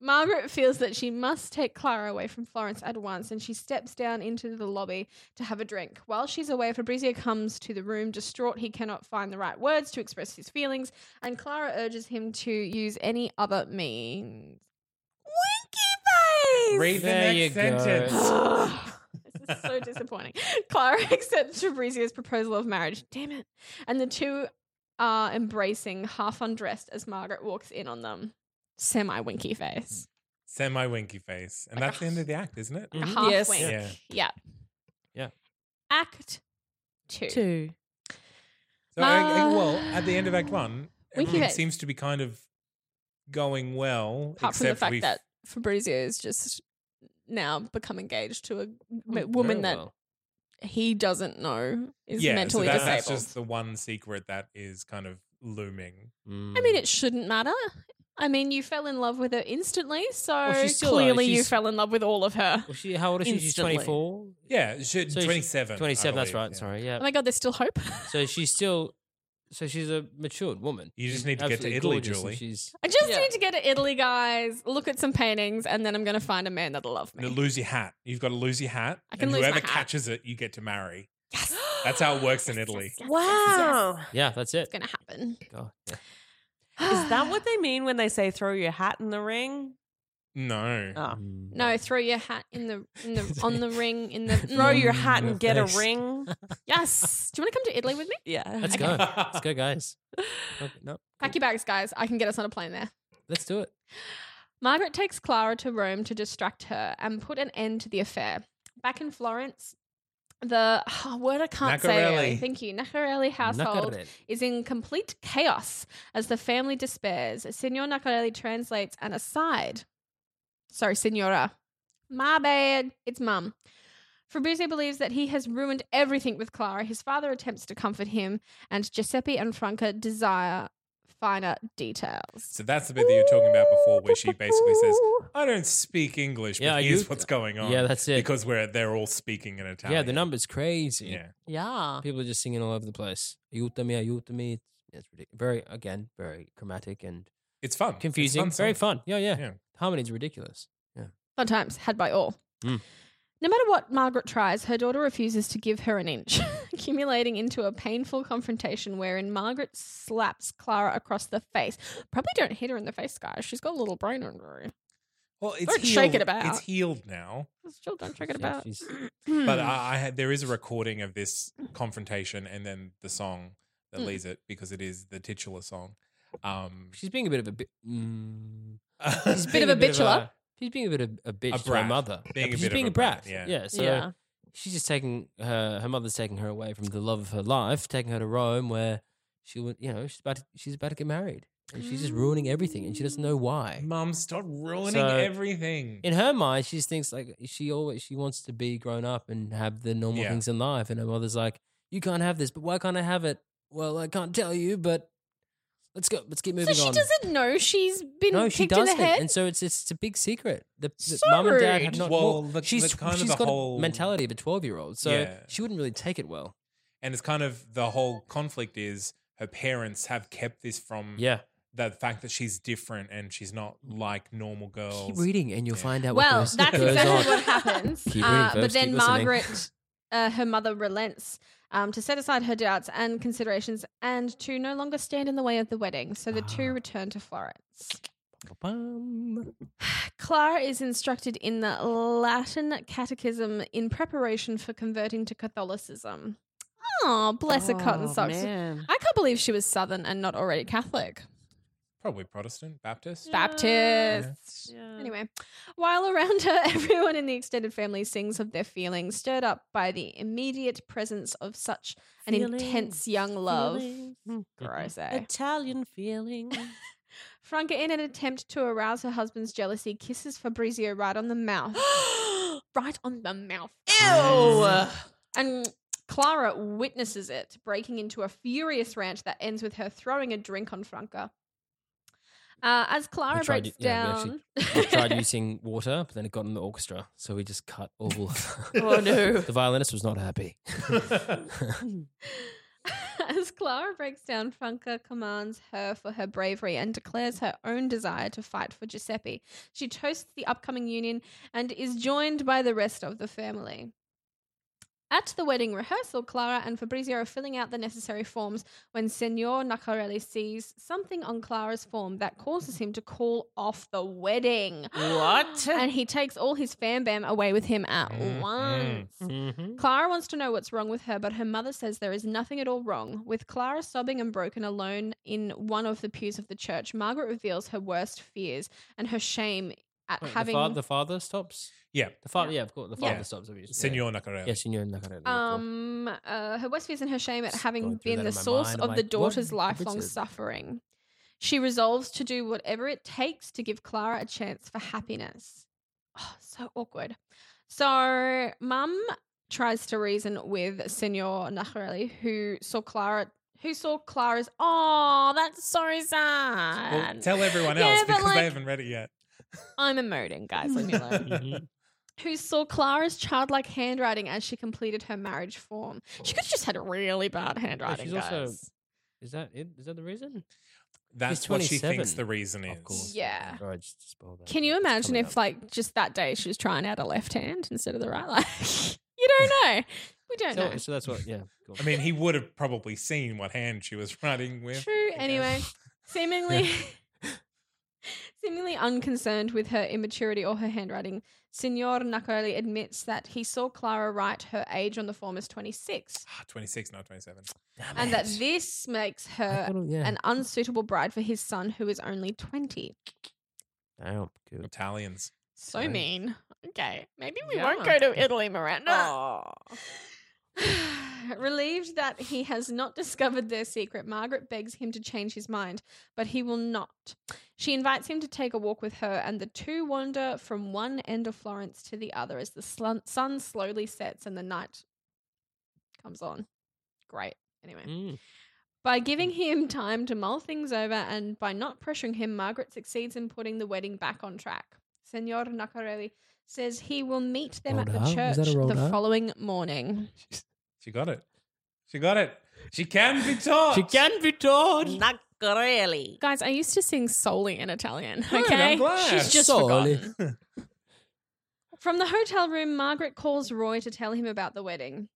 Margaret feels that she must take Clara away from Florence at once and she steps down into the lobby to have a drink. While she's away, Fabrizio comes to the room distraught. He cannot find the right words to express his feelings, and Clara urges him to use any other means. Winky face!
Read the
There
next
you go.
sentence.
this is so disappointing. Clara accepts Fabrizio's proposal of marriage. Damn it. And the two are embracing, half undressed, as Margaret walks in on them. Semi winky face.
Semi winky face, and that's the end of the act, isn't it?
A
Mhm.
half
Yes.
wink.
Yeah.
Yeah. yeah.
Yeah.
Act two.
Two.
So, I- I-
Uh,
well, at the end of Act One,
Winky
everything
face.
seems to be kind of going well,
Apart from the
except
fact
we've-
that Fabrizio is just now become engaged to a
Oh,
m- woman that he doesn't know is
yeah, so
mentally
that-
disabled.
that's just the one secret that is kind of looming.
I mean, it shouldn't matter. I mean, you fell in love with her instantly, so
Well, she's still
clearly
alive.
you
She's-
fell in love with all of her.
Well, she, how old is she? She's
Instantly.
24?
Yeah, should,
So she-
27. I
27, that's
believe,
right.
yeah.
Sorry,
Oh
yeah.
my god, there's still hope.
So she's still, so she's a matured woman.
You just
She's
need to get to
absolutely
Italy,
gorgeous and
Julie.
She's,
I just
Yeah.
need to go to Italy, guys. Look at some paintings, and then I'm going to find a man that'll love
No,
me.
lose your hat. You've got to lose your hat.
I can
and
lose my
whoever
hat.
catches it, you get to marry. That's how it works in Italy.
Wow.
yeah, that's
It's
it.
going to happen.
God, yeah.
Is that what they mean when they say throw your hat in the ring?
No.
Oh.
Hmm.
Mm.
No, throw your hat in the in the on the ring in the
Throw your
Mm,
hat and get a
Thanks.
ring.
Yes. Do you want to come to Italy with me?
Yeah.
Let's go. Let's go, guys. Okay, no,
Pack your bags, guys. I can get us on a plane there.
let's do it.
Margaret takes Clara to Rome to distract her and put an end to the affair. Back in Florence, the oh, word I can't say.
Nacarelli.
Thank you. Nacarelli household
Nacarelli.
is in complete chaos as the family despairs. Signor Nacarelli translates an aside. Sorry, Signora. My bad. It's mum. Fabrizio believes that he has ruined everything with Clara. His father attempts to comfort him, and Giuseppe and Franca desire finer details.
So that's the bit that you're talking about before, where she basically says, I don't speak English, but
Yeah, I
here's
do-
what's going on.
Yeah, that's it.
Because we're, they're all speaking in Italian.
yeah, the number's crazy.
Yeah.
Yeah.
People are just singing all over the place. Ayutami, ayutami. It's, it's ridiculous. Very, again, very chromatic and
It's fun. It's
confusing. very
song.
fun. Yeah, yeah.
Yeah.
Harmony's ridiculous.
Fun times had by all.
Mm.
No matter what Margaret tries, her daughter refuses to give her an inch, accumulating into a painful confrontation wherein Margaret slaps Clara across the face. Probably don't hit her in the face, guys. She's got a little brain injury.
Well, it's
Don't
healed.
shake it about.
It's healed now.
Still don't check it
Yeah,
about.
she's-
But
Hmm.
I, I had, there is a recording of this confrontation and then the song that
Mm.
leads it because it is the titular song. Um,
She's being a bit of a bit. Mm,
a bit of a bitchula.
a- She's being a bit of a bitch to her
brat.
mother.
Being a
she's
bit of
being
a
a brat.
brat, yeah.
yeah. So
yeah.
she's just taking her. Her mother's taking her away from the love of her life, taking her to Rome, where she would. You know, she's about. To, she's about to get married, and she's just ruining everything, and she doesn't know
Mm.
why.
Mum, stop ruining
So-
everything.
In her mind, she just thinks like she always she wants to be grown up and have the normal
Yeah.
things in life, and her mother's like, "You can't have this, but why can't I have it? Well, I can't tell you, but let's go. Let's keep
So
moving
she
on."
doesn't know she's been
No, she
kicked
doesn't,
in the head.
and so it's it's a big secret. The, the
So
mum and dad have
rude.
not.
Well,
Well,
the-
she's
the kind of
she's
the
got
whole-
a mentality of a twelve year old, so
Yeah.
she wouldn't really take it well.
and it's kind of the whole conflict is her parents have kept this from
Yeah,
the fact that she's different and she's not like normal girls.
keep reading, and you'll
Yeah.
find out.
well,
what goes,
that's
goes
exactly
on.
what happens.
Keep reading,
uh, but
folks,
then
keep listening.
Margaret, uh, her mother, relents um, to set aside her doubts and considerations and to no longer stand in the way of the wedding. So the two
Ah.
return to Florence.
Bum.
Clara is instructed in the Latin catechism in preparation for converting to Catholicism. Oh, bless her cotton socks.
man.
I can't believe she was Southern and not already Catholic.
Probably Protestant, Baptist.
Mm.
Baptist.
Yeah.
Anyway, while around her, everyone in the extended family sings of their feelings, stirred up by the immediate presence of such an intense young love.
Mm-hmm.
Gross, eh?
Italian feeling.
Franca, in an attempt to arouse her husband's jealousy, kisses Fabrizio right on the mouth. right on the mouth.
Ew.
And Clara witnesses it, breaking into a furious rant that ends with her throwing a drink on Franca. Uh, as Clara
tried
breaks
it- yeah, we
down,
We tried using water, but then it got in the orchestra, so we just cut all.
Oh, no.
the violinist was not happy.
As Clara breaks down, Franca commands her for her bravery and declares her own desire to fight for Giuseppe. She toasts the upcoming union and is joined by the rest of the family. At the wedding rehearsal, Clara and Fabrizio are filling out the necessary forms when Signor Nacarelli sees something on Clara's form that causes him to call off the wedding.
What?
And he takes all his fam bam away with him at
Mm, mm.
once.
Mm-hmm.
Clara wants to know what's wrong with her, but her mother says there is nothing at all wrong. With Clara sobbing and broken alone in one of the pews of the church, Margaret reveals her worst fears and her shame at
the,
having.
fa- the father stops.
yeah,
The father, yeah, of course, the
Yeah.
father stops. Obviously,
Senor Nacarelli.
yeah, Signor Nacarelli. of course.
um, uh, her worst fears and her shame at
Just
having
going through
been
that
the
in my
source
mind,
of
I'm
the
like, what
daughter's
is the
lifelong
difference?
suffering. She resolves to do whatever it takes to give Clara a chance for happiness. Oh, so awkward. So, Mum tries to reason with Senor Nacarelli, who saw Clara, who saw Clara's. Oh, that's so sad.
Well, tell everyone
Yeah,
else
but
because
like-
they haven't read it yet.
I'm emoting, guys. Leave me Mm-hmm. alone
Mhm.
who saw Clara's childlike handwriting as she completed her marriage form. She could have just had really bad handwriting,
she's
guys.
also- is that it? Is that the reason?
That's what she thinks
27,
the reason is.
Of course.
Yeah.
Sorry, just, just spoiled that.
Can you
It's
imagine
coming
if,
up.
like, just that day she was trying out a left hand instead of the right? Like, you don't know. We don't
So,
know.
so that's what. Yeah. cool.
I mean, he would have probably seen what hand she was writing with.
True.
I
Anyway,
guess.
seemingly, seemingly unconcerned with her immaturity or her handwriting, Signor Nacarelli admits that he saw Clara write her age on the form as 26,
Ah, 26, not 27.
Damn
and that
it.
this makes
I
her
thought it- yeah.
an unsuitable bride for his son, who is only 20.
Damn, good.
Italians.
So
Right.
mean. Okay, maybe we
Yeah.
won't go to Italy, Miranda.
Oh.
Relieved that he has not discovered their secret, Margaret begs him to change his mind, but he will not. She invites him to take a walk with her, and the two wander from one end of Florence to the other as the slun- sun slowly sets and the night comes on. Great. Anyway.
Mm.
By giving him time to mull things over and by not pressuring him, Margaret succeeds in putting the wedding back on track. Senor Nacarelli says he will meet them
Rolled
at the
R? Was that a
church
rolled
the
R?
following morning.
She got it. She got it. She can be taught.
She can be taught.
Not really.
Guys, I used to sing solely in Italian,
Hmm.
Good, I'm
okay?
glad.
She's just
Solely.
forgotten. From the hotel room, Margaret calls Roy to tell him about the wedding.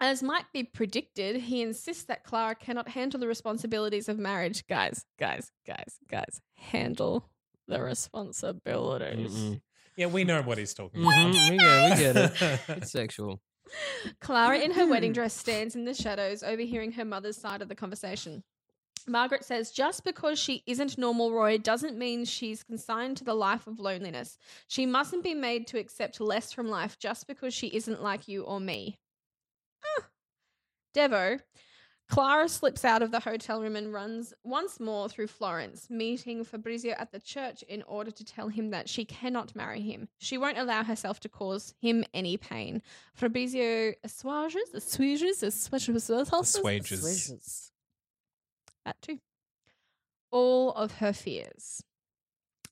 As might be predicted, he insists that Clara cannot handle the responsibilities of marriage. Guys, guys, guys, guys, handle the responsibilities.
Mm-mm.
Yeah, we know what he's talking about.
Mhm, We get it. We get it. It's sexual.
Clara, in her wedding dress, stands in the shadows, overhearing her mother's side of the conversation. Margaret says, just because she isn't normal, Roy, doesn't mean she's consigned to the life of loneliness. She mustn't be made to accept less from life just because she isn't like you or me. Ah. Devo, Clara slips out of the hotel room and runs once more through Florence, meeting Fabrizio at the church in order to tell him that she cannot marry him. She won't allow herself to cause him any pain. Fabrizio assuages, assuages, assuages,
Assuages.
that too. All of her fears.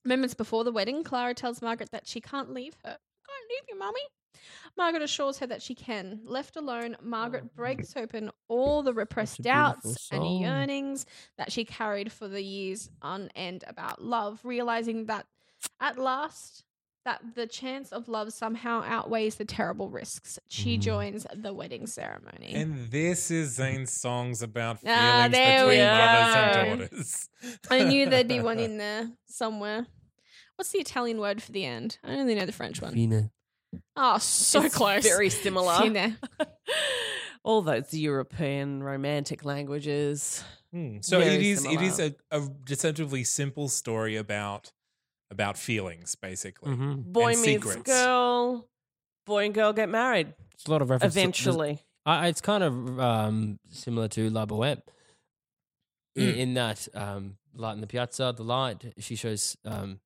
Moments before the wedding, Clara tells Margaret that she can't leave her. I can't leave you, Mummy. Margaret assures her that she can. Left alone, Margaret breaks open all the repressed
That's Oh, a beautiful
doubts and
song.
yearnings that she carried for the years on end about love, realizing that at last that the chance of love somehow outweighs the terrible risks. She
Mm.
joins the wedding ceremony.
And this is Zane's songs about feelings
Ah, there we
between brothers and
go.
daughters.
I knew there'd be one in there somewhere. What's the Italian word for the end? I only know the French one.
Fina.
Oh, so
It's
close.
Very similar.
Fine.
All those European romantic languages.
Hmm. So it
Very
is. It is a,
similar.
a deceptively simple story about about feelings, basically.
Mm-hmm.
Boy
And
meets
secrets.
girl. Boy and girl get married
It's a lot of references.
eventually.
I, it's kind of um, similar to La Boheme in, in that um, light in the piazza, the light. She shows um,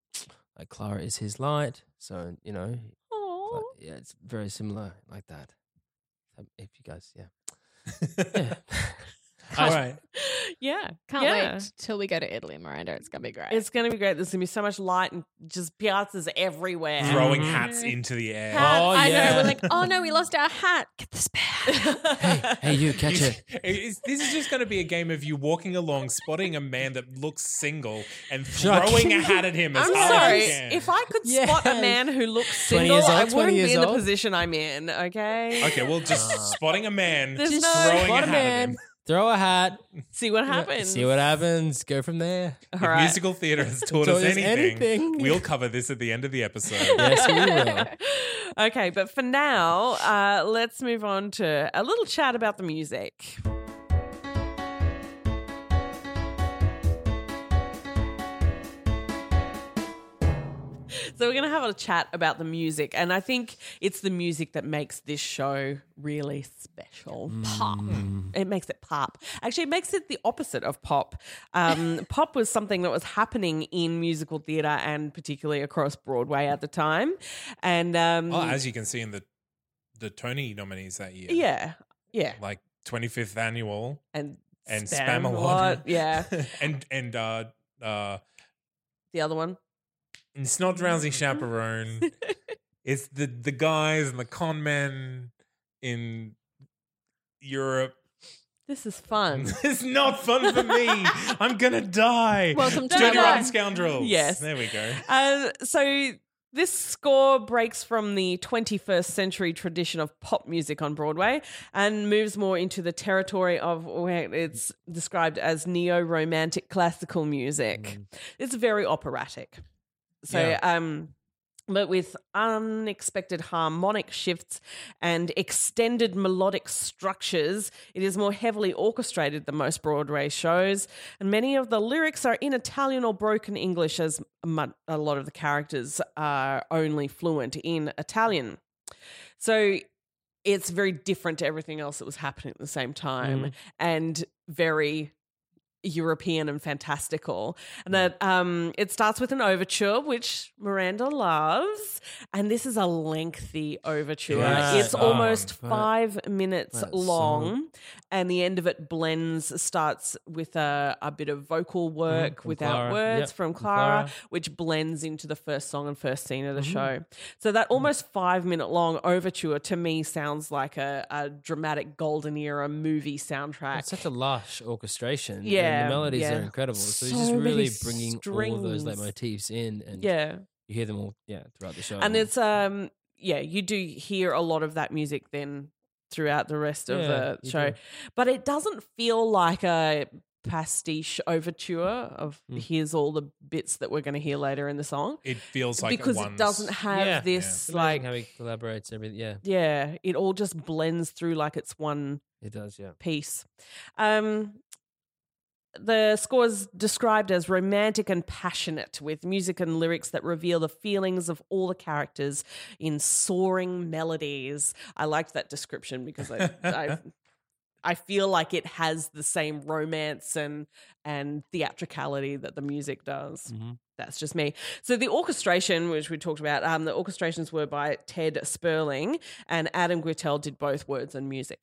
like Clara is his light, so you know, like, yeah, it's very similar like that. Um, If you guys, yeah, yeah.
All right.
Yeah.
Can't
Yeah.
wait till we go to Italy, Miranda. It's gonna be great.
It's going to be great. There's going to be so much light and just piazzas everywhere.
Throwing
Mhm.
hats into the air.
Hat.
Oh,
I know.
yeah.
We're like, oh no, we lost our hat. Get the spare. hat."
hey, hey, you catch it.
It's- this Oh, is just going to be a game of you walking along, spotting a man that looks single, and
Chuck.
throwing a hat at him. As
I'm
hard as
sorry.
you can.
If I could
Yes.
spot a man who looks
20
single,
years
I
old, 20
wouldn't
years
be in the
old.
position I'm in. Okay.
okay, well, just
Ah.
spotting a man,
There's
just
no-
throwing
Spot
a hat at him.
Throw a hat.
See what happens.
See what happens. Go from there.
All
If
right.
musical theatre has taught,
Taught
us
us
anything,
anything.
we'll cover this at the end of the episode.
Yes, we will.
okay, but for now, uh, let's move on to a little chat about the music. So we're going to have a chat about the music, and I think it's the music that makes this show really special. Pop.
Mm.
It makes it pop. Actually, it makes it the opposite of pop. Um, pop was something that was happening in musical theatre and particularly across Broadway at the time, and um,
Oh, as you can see in the the Tony nominees that year,
yeah, yeah,
like 25th annual
and
and spam, a lot,
Yeah,
and and uh, uh,
the other one.
it's not drowsy chaperone. it's the the guys and the con men in Europe.
This is fun.
it's not fun for me. I'm gonna die.
Welcome to
Dirty
my
Rotten
life.
Scoundrels.
Yes.
there we go.
Uh, so this score breaks from the 21st century tradition of pop music on Broadway and moves more into the territory of where it's described as neo-romantic classical music. It's very operatic. So
Yeah.
um but with unexpected harmonic shifts and extended melodic structures, it is more heavily orchestrated than most Broadway shows. And many of the lyrics are in Italian or broken English, as mu- a lot of the characters are only fluent in Italian. So it's very different to everything else that was happening at the same time and very European and fantastical. And
Mm.
that um, it starts with an overture, which Miranda loves. And this is a lengthy overture.
Yes.
It's
Oh,
almost
but-
five minutes
that
long.
song.
And the end of it blends, starts with a, a bit of vocal work
Mm-hmm, from
without
Clara.
words
Yep,
from
from
Clara,
Clara. Mm-hmm.
which blends into the first song and first scene of the show. So that almost five minute long overture to me sounds like a, a dramatic golden era movie soundtrack.
It's such a lush orchestration. and
Yeah,
the melodies
yeah.
are incredible. So, he's
So
just
many
really bringing all of those
strings.
leitmotifs in, and
yeah.
you hear them all, yeah, throughout the show.
and it's um yeah you do hear a lot of that music then throughout the rest of
Yeah,
the
you
show
do.
but it doesn't feel like a pastiche overture of
Mm.
here's all the bits that we're going to hear later in the song
It feels like
because
one's-
it doesn't have
Yeah.
this
It's
like
amazing how he collaborates everything. Yeah,
yeah it all just blends through like it's one
it does. Yeah,
piece. Um, the score is described as romantic and passionate, with music and lyrics that reveal the feelings of all the characters in soaring melodies. I liked that description because I, I, I feel like it has the same romance and and theatricality that the music does.
Mhm.
That's just me. So the orchestration, which we talked about, um, the orchestrations were by Ted Sperling and Adam Guittel did both words and music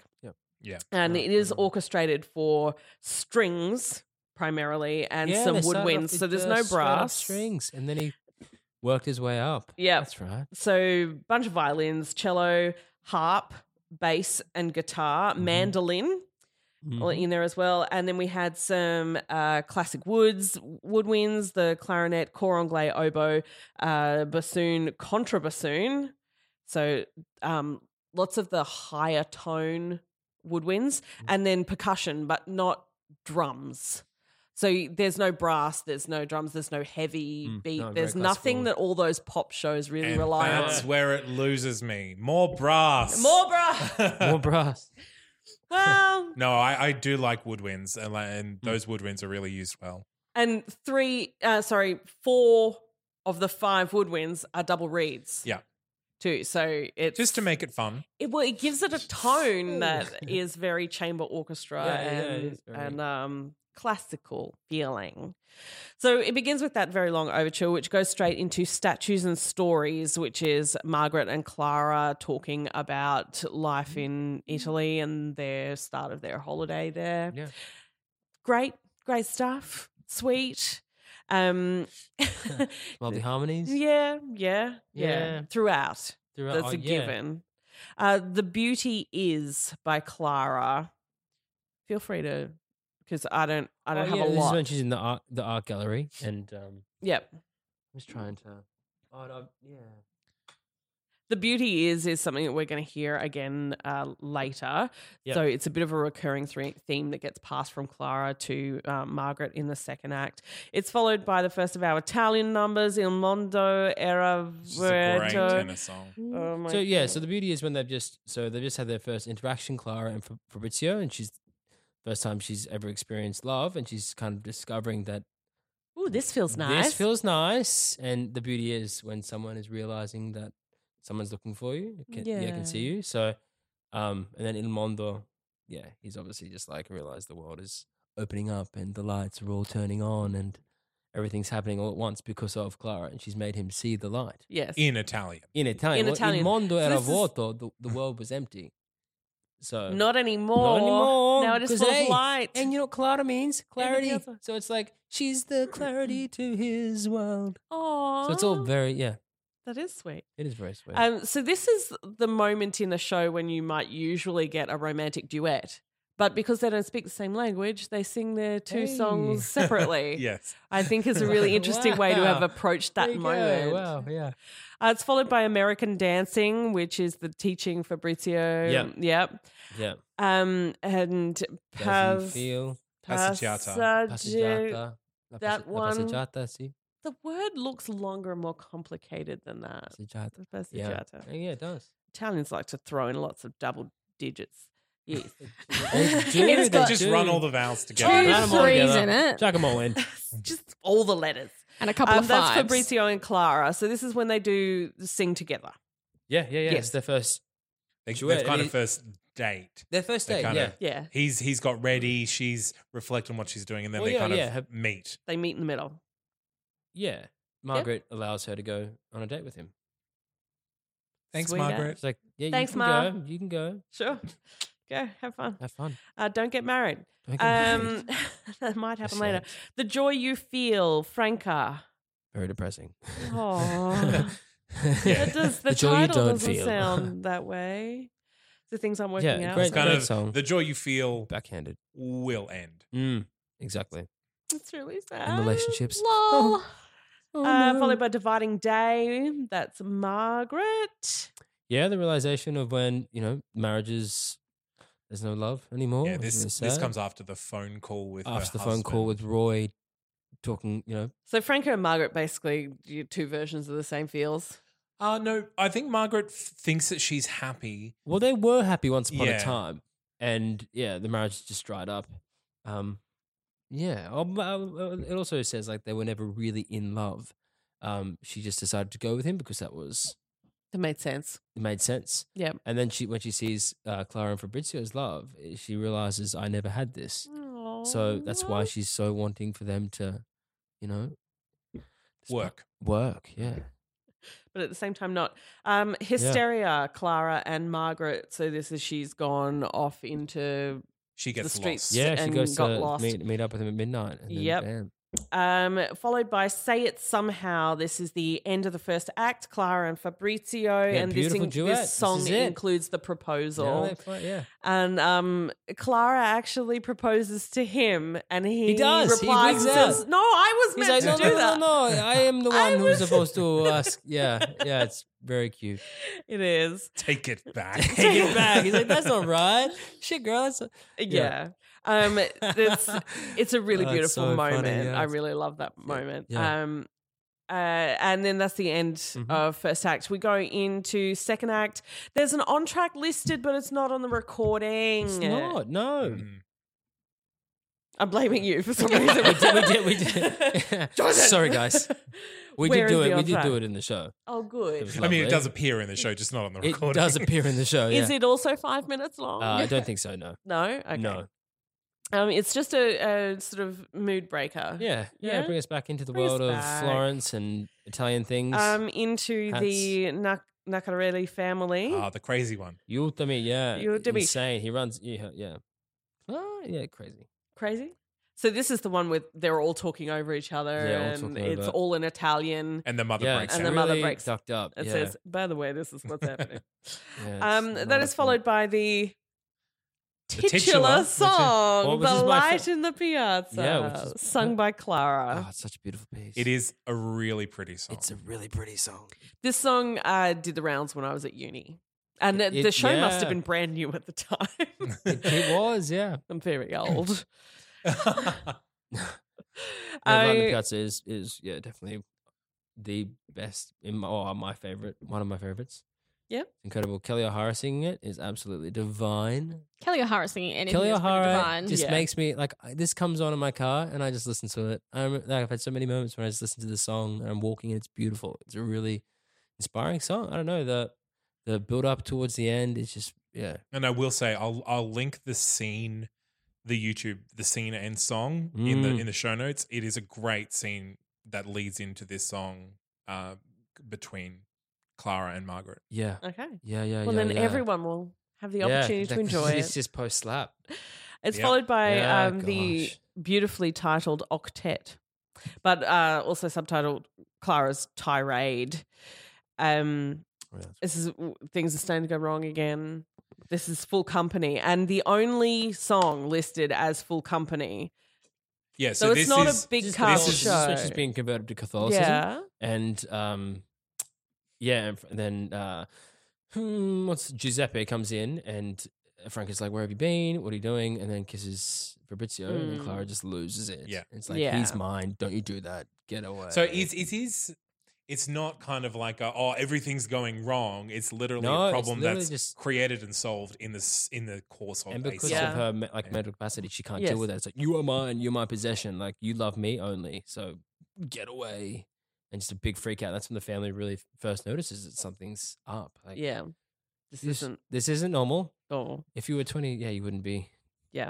Yeah.
and
Yeah,
it is
mhm.
orchestrated for strings primarily and
Yeah,
some
they started off
woodwinds.
with
So there's
the
no
straight up
brass
strings, and then he worked his way up.
Yeah.
that's right.
So bunch of violins, cello, harp, bass, and guitar,
Mm-hmm.
mandolin all
Mhm.
in there as well. And then we had some uh, classic woods, woodwinds, the clarinet, cor anglais, oboe, uh, bassoon, contrabassoon. So um, lots of the higher tone woodwinds,
Mm-hmm.
and then percussion, but not drums. So there's no brass, there's no drums, there's no heavy
Mm,
beat,
no, very
there's nothing
classical.
that all those pop shows really
And
rely
that's
on.
where it loses me. More brass.
More brass.
More brass.
Well,
No, I, I do like woodwinds, and, like- and those woodwinds are really used well.
and three uh sorry four of the five woodwinds are double reeds
Yeah.
too so it's
Just to make it fun.
it, well, it gives it a tone that is very chamber orchestra
Yeah, yeah, it
and
is very-
and um classical feeling so it begins with that very long overture which goes straight into statues and stories which is margaret and clara talking about
Mm-hmm.
life in italy and their start of their holiday there
Yeah.
great Great stuff. Sweet. Um,
Multi harmonies.
yeah, yeah, yeah,
Yeah.
Throughout.
Throughout-
That's
oh,
a
yeah.
given. Uh, the Beauty Is by Clara. Feel free to, because I don't, I
Oh,
don't have
yeah,
a
This is when
lot.
she's in the art, the art gallery, and um, I'm
Yep.
just trying to. Oh, no, yeah.
The Beauty Is is something that we're going to hear again uh, later.
Yep.
So it's a bit of a recurring thre- theme that gets passed from Clara to uh, Margaret in the second act. It's followed by the first of our Italian numbers, Il Mondo Era
It's a great
Verde.
tenor song.
Oh my
so yeah,
God.
so the beauty is when they've just so they've just had their first interaction, Clara and Fa- Fabrizio, and she's first time she's ever experienced love, and she's kind of discovering that
Ooh, this feels nice.
This feels nice, and the beauty is when someone is realizing that someone's looking for you. Can, yeah.
Yeah.
can see you. So, um, and then Il Mondo, yeah, he's obviously just like realized the world is opening up and the lights are all turning on and everything's happening all at once because of Clara, and she's made him see the light
yes.
In Italian.
in Italian.
In
well,
Italian.
Il Mondo
So
era
this is-
vuoto. The, the world was empty. So
Not anymore.
not anymore.
Now it is
'cause,
full
hey,
of light.
And you know what Clara means? Clarity.
else was-
So it's like she's the clarity to his world.
Aww,
So it's
Oh.
all very yeah.
that is sweet.
It is very sweet.
Um, so this is the moment in a show when you might usually get a romantic duet, but because they don't speak the same language, they sing their two
Hey.
songs separately.
Yes.
I think is a really interesting way to have
Wow.
approached
There
that
you go.
moment.
Wow. Yeah.
Uh, it's followed by American dancing, which is the teaching Fabrizio.
Yep.
Yep.
Yeah.
Um, and
Does
Paz,
he feel
Passeggiata.
Passage-
passeggiata? La
that
passe- la
one- uh,
Passeggiata. See.
The word looks longer and more complicated than that.
Passeggiata. Yeah.
Passeggiata.
Yeah. yeah, It does.
Italians like to throw in lots of double digits. Yes.
They do,
It's
they
got-
Just
do.
run all the vowels
Two
together.
Run 'em all
threes
together.
in it
Chuck 'em all in.
Just all the letters.
and a couple
Um,
of
that's
fives.
Fabrizio and Clara. So this is when they do sing together.
Yeah. Yeah. Yeah.
Yes.
It's their first.
They,
Duet,
they've kind
and
of
it-
first date.
Their first
They
date.
kind
Yeah.
of
Yeah.
He's he's got ready. She's reflecting on what she's doing, and then
Well,
they
yeah,
kind
yeah,
of
have-
meet.
They meet in the middle.
Yeah. Margaret allows her to go on a date with him.
Thanks,
Sweet
Margaret.
It's like, yeah,
Thanks,
you can
Ma.
go. You can go.
Sure. Go, have fun.
Have fun.
Uh, don't get married.
Don't get married.
Um, that might
That's
happen later.
it.
The joy you feel, Franca.
Very depressing.
Aw.
Yeah.
That does, the,
The joy you
title
don't
doesn't
feel.
sound that way. The things I'm working
Yeah,
out.
great-
It's kind
great
of
song.
the joy you feel
Backhanded.
will end.
Mm. Exactly.
It's really sad. Oh.
And relationships. Oh,
Lol.
Uh, Followed by dividing day. That's Margaret.
Yeah, the realization of when you know marriages, there's no love anymore.
Yeah,
is
this
really
this
sad.
comes after the phone call with her
after the phone call
husband.
with Roy, talking. You know,
So Franco and Margaret basically do two versions of the same feels.
Uh, no, I think Margaret f- thinks that she's happy.
well, they were happy once upon
Yeah.
a time, and yeah, the marriage just dried up. Um, yeah, um, uh, it also says like they were never really in love. Um, she just decided to go with him because that was
That made sense.
it made sense.
Yep.
And then she, when she sees uh, Clara and Fabrizio's love, eh, she realizes I never had this. So that's why she's so wanting for them to, you know, sp-
Work.
Work, yeah.
But at the same time, not. Um, hysteria, Clara and Margaret. So this is she's gone off into.
She gets
streets.
lost.
Yeah, she
and
goes
got
to
lost.
meet meet up with him at midnight. And then
Yep.
bam.
Um, followed by Say It Somehow. This is the end of the first act. Clara and Fabrizio.
Yeah,
and this,
beautiful duet.
this
This
song
is it.
includes the
Yeah,
proposal.
they fly- yeah.
and um, Clara actually proposes to him, and he,
does. He
replies
wigs
and
out.
says, "No, I was
He's
meant
like,
to
no,
do
no, no,
that."
no, no, I am the
I
one
was-
who's supposed to uh, ask. Yeah, yeah, it's very cute.
It is,
Take it back.
Take it back. He's like, that's not right. Shit, girl, that's. not-"
yeah. Um, it's it's a really
Oh, it's
beautiful
so funny,
moment.
yeah.
I really love that moment.
yeah. Mm-hmm.
Um, uh, and then that's the end of first act. We go into second act. There's an on track listed, but it's not on the recording.
It's not. No.
Mm.
I'm blaming you for some
we
reason.
did. We did. We did. Sorry, guys. We
Where
did do
is the
it. We
on
did
track?
do it in the show.
Oh,
It
good.
was
I mean,
lovely.
it does appear in the show, just not on the
It
recording.
does appear in the show.
Is
yeah.
it also five minutes long?
Uh, I don't think so. No.
no. Okay.
No.
Um, it's just a, a sort of mood breaker.
Yeah. Yeah.
Yeah?
Bring us back into the
Bring us
world of
back.
Florence and Italian things.
Um, into the Nak- Nacarelli family.
Ah, the crazy one.
Yutami. Yeah.
Yutami.
Insane. He runs. Oh, Yeah. Yeah. Ah, yeah. Crazy.
Crazy. So this is the one with they're all talking over each other
Yeah, all
and
talking over
it's
it.
all in Italian.
and the mother
yeah,
breaks
it's
and
out.
the mother
really
breaks-
ducked up.
It
yeah.
says, by the way, this is what's happening.
Yeah, it's
um,
not
that
a
is
fun-
followed by the
The
titular,
titular, which is-
Well,
song,
this
The
is my fa-
Light in the Piazza,
Yeah, which is-
sung by Clara.
Oh, it's such a beautiful piece.
It is a really pretty song.
It's a really pretty song.
This song uh, did the rounds when I was at uni. And
It-
the- the
it-
show must
yeah.
have been brand new at the time.
It, it was, yeah.
I'm very old.
Yeah, Light in the
I-
Piazza is is yeah definitely the best in my, or my favorite, one of my favorites.
Yep.
incredible. Kelly O'Hara singing it is absolutely divine.
Kelly O'Hara singing anything
Kelly
is pretty
O'Hara
divine.
just
Yeah.
makes me like I- this comes on in my car and I just listen to it. I rem- like I've had so many moments where I just listen to the song and I'm walking and it's beautiful. It's a really inspiring song. I don't know the the build up towards the end is just yeah
and I will say, I'll I'll link the scene, the YouTube, the scene and song in the
Mm.
in the show notes. It is a great scene that leads into this song uh, between Clara and Margaret.
yeah
Okay.
yeah yeah.
Well,
Oh, yeah,
then
yeah.
everyone will have the
Yeah,
opportunity to
like,
enjoy
It's
it.
just post slap.
It's
Yeah.
followed by
Yeah,
um, the
gosh.
beautifully titled Octet, but uh, also subtitled Clara's Tirade. Um, this is things are starting to go wrong again. This is Full Company, and the only song listed as Full Company.
Yeah, so,
So,
this
it's not
is
a big
Just-
cast
this is,
show.
Which is being converted to Catholicism.
yeah,
and um yeah and f- then uh hmm, what's giuseppe comes in and uh, frank is like where have you been what are you doing and then kisses fabrizio and then
Mm.
clara just loses it
Yeah.
it's like
Yeah.
he's mine don't you do that get away
so it's it is. It's not kind of like a, oh everything's going wrong. It's literally
No,
a
it's
problem
literally
that's
just-
created and solved in this in the course of
and
a
because
song.
Yeah.
of her me- like
Yeah.
mental capacity she can't
Yes.
deal with that it's like you are mine you're my possession like you love me only so get away and just a big freak out that's when the family really first notices that something's up like
yeah. This
this
isn't.
this isn't normal
Oh,
if you were 20 yeah you wouldn't be
yeah.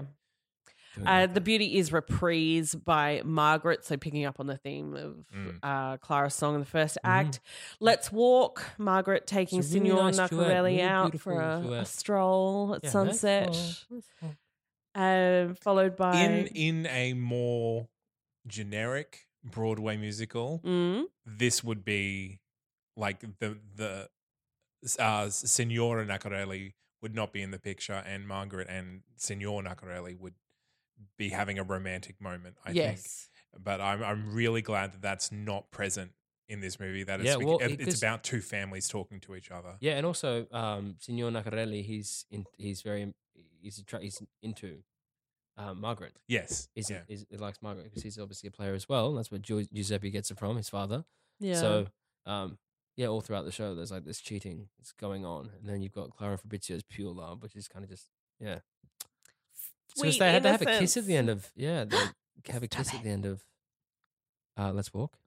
doing
Uh,
that.
the Beauty is Reprise by Margaret. So, picking up on the theme of
Mm.
uh, Clara's song in the 1st
Mhm.
act. Let's Walk, Margaret taking
It's a really
Signor
nice duet,
Nacarelli
really
out
beautiful
for a, a
duet.
stroll at
Yeah, nice
sunset,
song, nice song.
uh, followed by.
in in a more generic Broadway musical,
Mm,
this would be like the the uh, Signora Nacarelli would not be in the picture, and Margaret and Signor Nacarelli would be having a romantic moment. I
yes.
think, but I'm I'm really glad that that's not present in this movie. That it's
Yeah, well,
it-
it-
it's
this-
about two families talking to each other.
Yeah, and also um, Signor Nacarelli, he's in, he's very he's attra- he's into uh, Margaret.
Yes,
Is,
yeah.
is he likes Margaret because he's obviously a player as well. That's where Giu- Giuseppe gets it from his father.
Yeah.
So um, yeah, all throughout the show, there's like this cheating that's going on, and then you've got Clara and Fabrizio's pure love, which is kind of just yeah. So it's
Sweet
they had to have a kiss at
innocence.
the end of yeah, they have a kiss at the end of uh, Let's Walk.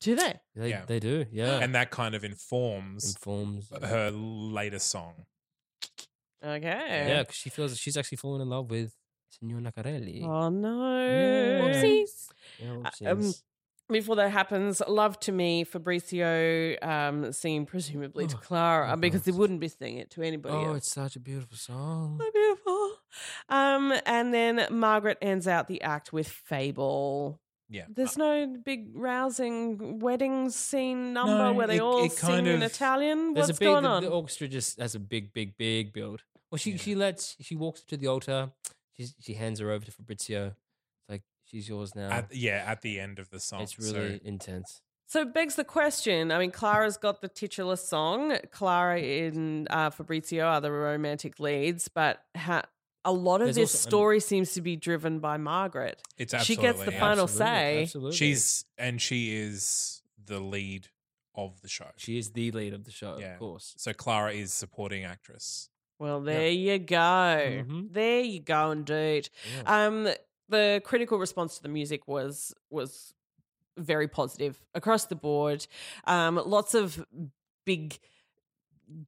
Do they?
They
Yeah.
they do yeah.
and that kind of informs
informs
her later song.
Okay.
Yeah, because she feels that she's actually fallen in love with Signor Nacarelli.
Oh, no.
Yeah.
Whoopsies.
Yeah, well,
uh, um,
she's-
before that happens, love to me, Fabrizio um, singing presumably to
Oh,
Clara
oh,
because they
it's-
wouldn't be singing it to anybody
oh,
else.
it's such a beautiful song.
so beautiful. Um, and then Margaret ends out the act with Fable.
Yeah,
There's no big rousing wedding scene number
No,
where they
it-
all
it
sing
kind
in
of-
Italian.
There's
What's
a big,
going
the,
on?
the orchestra just has a big, big, big build. Well, she
Yeah.
she lets she walks to the altar. She she hands her over to Fabrizio. It's like she's yours now.
Uh, at, yeah, at the end of the song.
it's
so-
really intense.
so it begs the question. I mean, Clara's got the titular song. Clara and uh, Fabrizio are the romantic leads, but ha- a lot of
There's
this
also- um,
story seems to be driven by Margaret.
it's
She
absolutely
gets the
yeah.
final
Absolutely,
say.
Absolutely.
She's and she is the lead of the show.
she is the lead of the show,
Yeah.
of course.
so Clara is supporting actress.
Well, there you go. There you go, indeed. Um, the critical response to the music was was very positive across the board. Um, lots of big,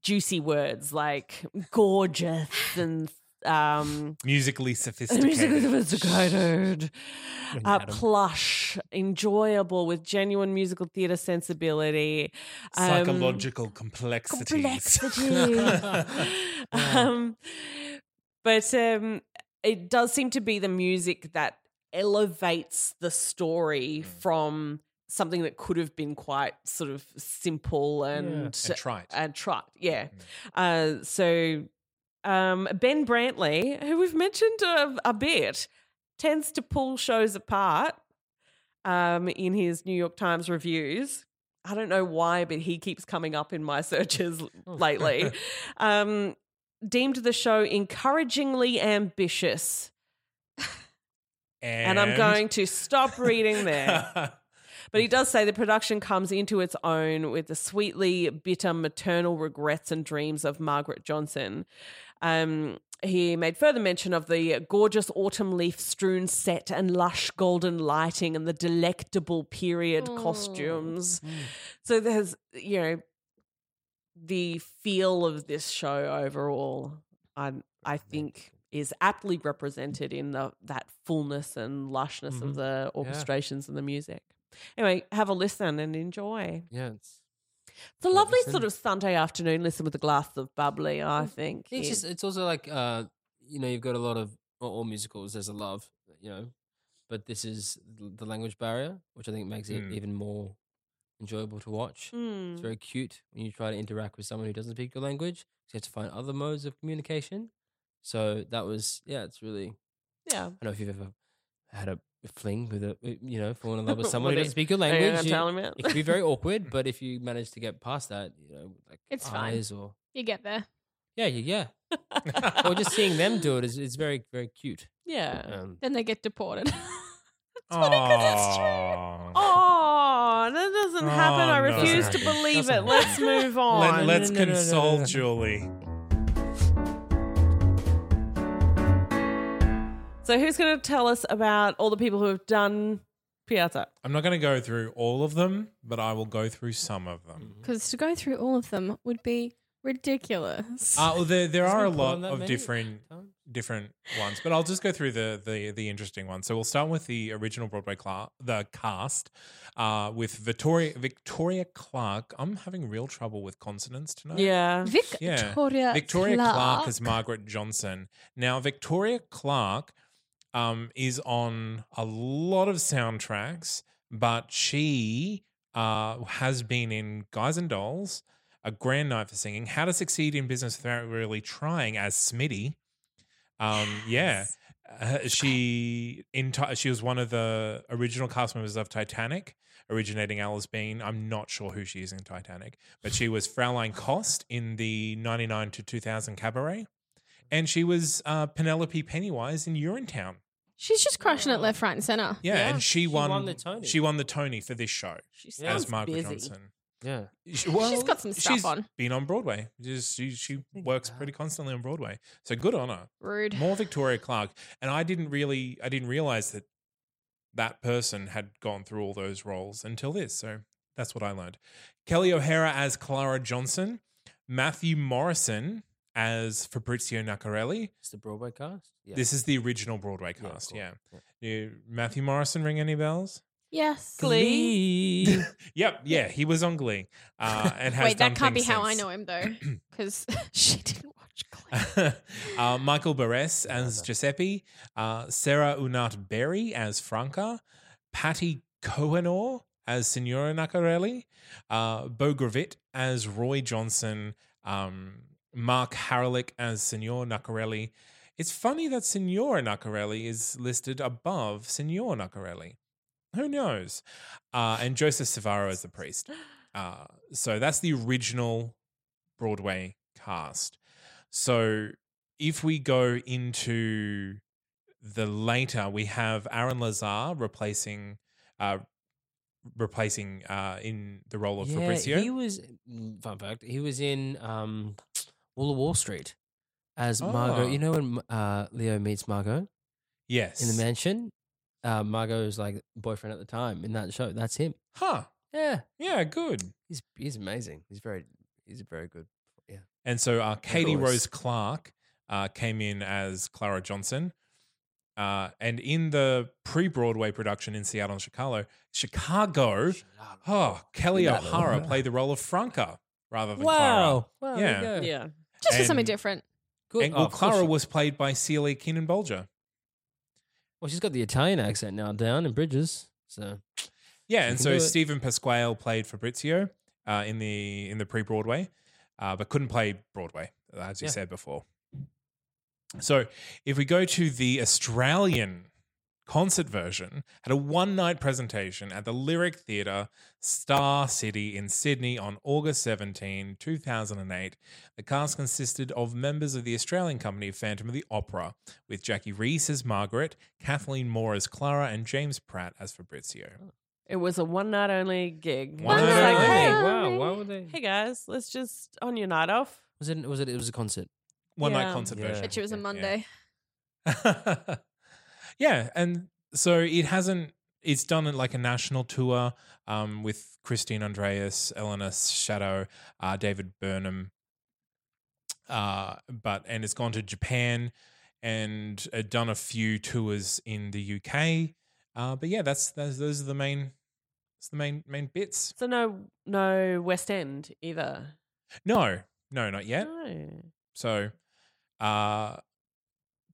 juicy words like gorgeous and um,
Musically
musically
sophisticated.
sophisticated, uh,
Madam.
plush, enjoyable with genuine musical theatre sensibility. um,
Psychological complexities.
Complexity. um, but um, it does seem to be the music that elevates the story from something that could have been quite sort of simple and
and trite. Mm.
and trite. Yeah. Uh, so um, Ben Brantley, who we've mentioned a, a bit, tends to pull shows apart um, in his New York Times reviews. I don't know why, but he keeps coming up in my searches lately. um, deemed the show encouragingly ambitious. And, I'm going to stop reading there. But he does say the production comes into its own with the sweetly bitter maternal regrets and dreams of Margaret Johnson. Um, he made further mention of the gorgeous autumn leaf strewn set and lush golden lighting and the delectable period costumes. So there's, you know, the feel of this show overall, I, I think, is aptly represented in the, that fullness and lushness of the orchestrations and the music. Anyway, have a listen and enjoy.
Yeah, it's,
It's a lovely
listen.
sort of Sunday afternoon listen with a glass of bubbly, I think.
it's just it's also like uh, you know, you've got a lot of well, all musicals. There's a love, you know, but this is the language barrier, which I think makes it
Mm.
even more enjoyable to watch. It's
Mm.
very cute when you try to interact with someone who doesn't speak your language. You have to find other modes of communication. So that was, yeah, it's really.
Yeah.
I don't know if you've ever had a fling with a, eh, you know, fallen in love with someone who
With
doesn't
it.
speak your
Are you
language.
gonna
you-
tell him it?
it can be very awkward, but if you manage to get past that, you know, like
It's fine.
eyes or
You get there.
yeah, you- yeah, or just seeing them do it is it's very very cute.
Yeah.
Um,
Then they get deported.
Oh, that doesn't happen.
Uh, Oh,
I
no.
refuse
Doesn't
to
happen.
believe
Doesn't
it. Let's move on.
Let, us
no, no, no,
console
no.
Julie.
so, who's going to tell us about all the people who have done Piazza?
I'm not going to go through all of them, but I will go through some of them.
Because to go through all of them would be ridiculous.
Uh, well, there there
Has
are a
been put on
lot
that
of
many
different
times?
different ones, but I'll just go through the the the interesting ones. So we'll start with the original Broadway cla- the cast, uh, with Victoria Victoria Clark. I'm having real trouble with consonants tonight.
Yeah.
Victoria
Victoria Clark.
Clark
as Margaret Johnson. Now, Victoria Clark um, is on a lot of soundtracks, but she uh, has been in Guys and Dolls, A Grand Night for Singing, How to Succeed in Business Without Really Trying as Smitty. Um, Yeah. Uh, she in Ti- she was one of the original cast members of Titanic, originating Alice Bean. I'm not sure who she is in Titanic, but she was Fraulein Cost in the 99 to 2000 Cabaret, and she was uh, Penelope Pennywise in Urinetown.
She's just crushing it left, right, and center.
Yeah,
Yeah,
and she,
she
won,
won the Tony.
She won the Tony for this show
She
as
sounds
Margaret
busy.
Johnson.
yeah,
She, well,
got some stuff
she's
on.
Been on Broadway. Just- She, she works pretty constantly on Broadway, so good on her.
Rude.
more Victoria Clark. And I didn't really, I didn't realize that that person had gone through all those roles until this. So that's what I learned. Kelly O'Hara as Clara Johnson, Matthew Morrison as Fabrizio Nacarelli.
it's the Broadway cast. Yeah.
This is the original Broadway
Yeah, of
cast.
course.
Yeah. You, Matthew Morrison ring any bells?
Yes.
Glee.
Yep. Yeah. He was on Glee. Uh, and has
Wait,
done
that can't be
things
how I
since.
know him though, because she didn't watch Glee.
uh, Michael Barres as Giuseppe, uh, Sarah Unat Berry as Franca, Patty Cohenor as Signora Nacarelli, uh, Beau Gravit as Roy Johnson, um, Mark Haralick as Signor Nacarelli. It's funny that Signora Nacarelli is listed above Signor Nacarelli. Who knows? Uh, and Joseph Savaro as the priest. Uh, so that's the original Broadway cast. So if we go into the later, we have Aaron Lazar replacing uh replacing uh in the role of Fabrizio.
he was. mm, Fun fact: he was in um, Wall of Wall Street as Margot.
Oh.
You know when uh, Leo meets Margot
yes.
in the mansion. Uh, Margot's like boyfriend at the time in that show. That's him.
Huh.
Yeah,
Yeah, good.
he's he's amazing. He's very he's very good.
And so uh, Katie
course.
Rose Clark uh, came in as Clara Johnson. Uh, and in the pre-Broadway production in Seattle and Chicago, Chicago, oh, Kelly
That-
O'Hara played the role of Franca rather than Clara.
Wow! wow there
Yeah.
you go.
Yeah.
Just for something
And-
different.
Good. Oh,
And well,
of course
Clara
she-
was played by Celia Keenan Bolger.
Well, she's got the Italian accent now down in Bridges. So
Yeah, and
can
so
do it.
Stephen Pasquale played Fabrizio uh, in the in the pre Broadway, uh, but couldn't play Broadway, as you
Yeah.
said before. So if we go to the Australian concert version, had a one night presentation at the Lyric Theatre, Star City in Sydney on August 17, 2008. The cast consisted of members of the Australian company of Phantom of the Opera, with Jackie Reese as Margaret, Kathleen Moore as Clara, and James Pratt as Fabrizio.
It was a one night only gig.
One
It's
night
like,
only.
hey,
Wow, why would they?
Hey guys, let's just on your night off.
Was it? Was it? It was a concert.
one night
Yeah.
concert
Yeah.
version.
But she was a
uh, Yeah.
Monday.
yeah, and so it hasn't. It's done it like a national tour um, with Christine Andreas, Eleanor Shadow, uh, David Burnham, uh, but and it's gone to Japan and uh, done a few tours in the UK. Uh, but yeah, that's, that's those are the main. It's the main main bits.
So no, no West End either.
No, no, not yet.
No.
So, uh,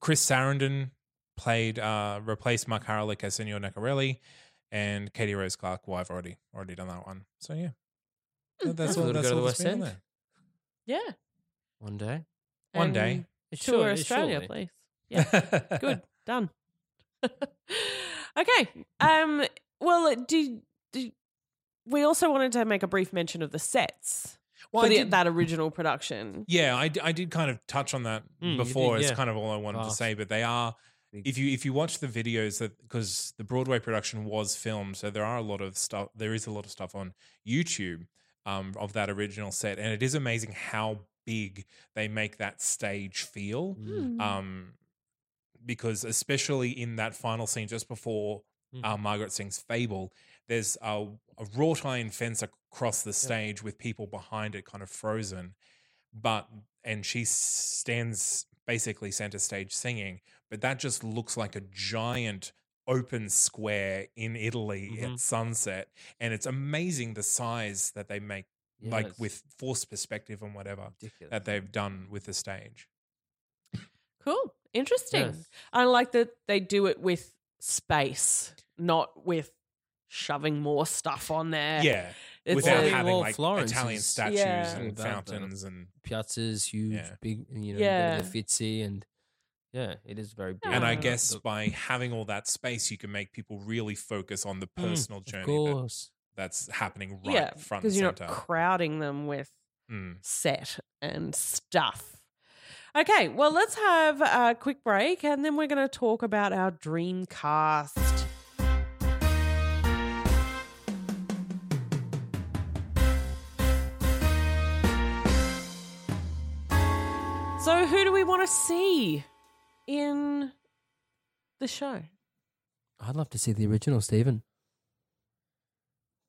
Chris Sarandon played uh, replaced Mark Haralick as Senor Nacarelli, and Katie Rose Clark. Well, I've already already done that one. So yeah, That- that's
Hopefully
all.
it'll
That's
go to
all
the
that's
West
been on
End.
there.
Yeah.
One day.
One
And
day.
It
Tour
surely- it
Australia,
surely-
please. Yeah. Good. Done. okay. Um. Well, do, do we also wanted to make a brief mention of the sets
Well, I
for the,
did-
that original production?
yeah, I, d- I did kind of touch on that
Mm, you
before.
did,
It's
yeah.
kind of all I wanted to
Fast.
say, but they are
Big.
if you if you watch the videos that because the Broadway production was filmed, so there are a lot of stuff. There is a lot of stuff on YouTube um, of that original set, and it is amazing how big they make that stage feel.
Mm.
Hmm.
Um, because especially in that final scene, just before
Mm.
uh, Margaret sings "Fable," there's a, a wrought iron fence ac- across the stage with people behind it, kind of frozen. But and she stands basically center stage singing, but that just looks like a giant open square in Italy
Mhm.
at sunset, and it's amazing the size that they make,
Mm-hmm. Yeah,
like
it's
with forced perspective and whatever
ridiculous.
that they've done with the stage.
Cool. Interesting.
Yes.
I like that they do it with space, not with shoving more stuff on there.
Yeah,
Eh, It's
without
Well,
a-
having
well,
like
Florence
Italian
is-
statues
Yeah.
and
All about that.
fountains and
piazzas, huge,
Yeah.
big, and, you know,
Yeah.
you go to the Fitzy and yeah, it is very big.
Yeah.
and I
Uh,
guess
Of
by having all that space, you can make people really focus on the personal journey that,
course.
that's happening right
Mm, yeah,
front and
because you're
center.
not crowding them with
Mm.
set and stuff. Okay, well, let's have a quick break and then we're going to talk about our dream cast. So, who do we want to see in the show?
I'd love to see the original Stephen.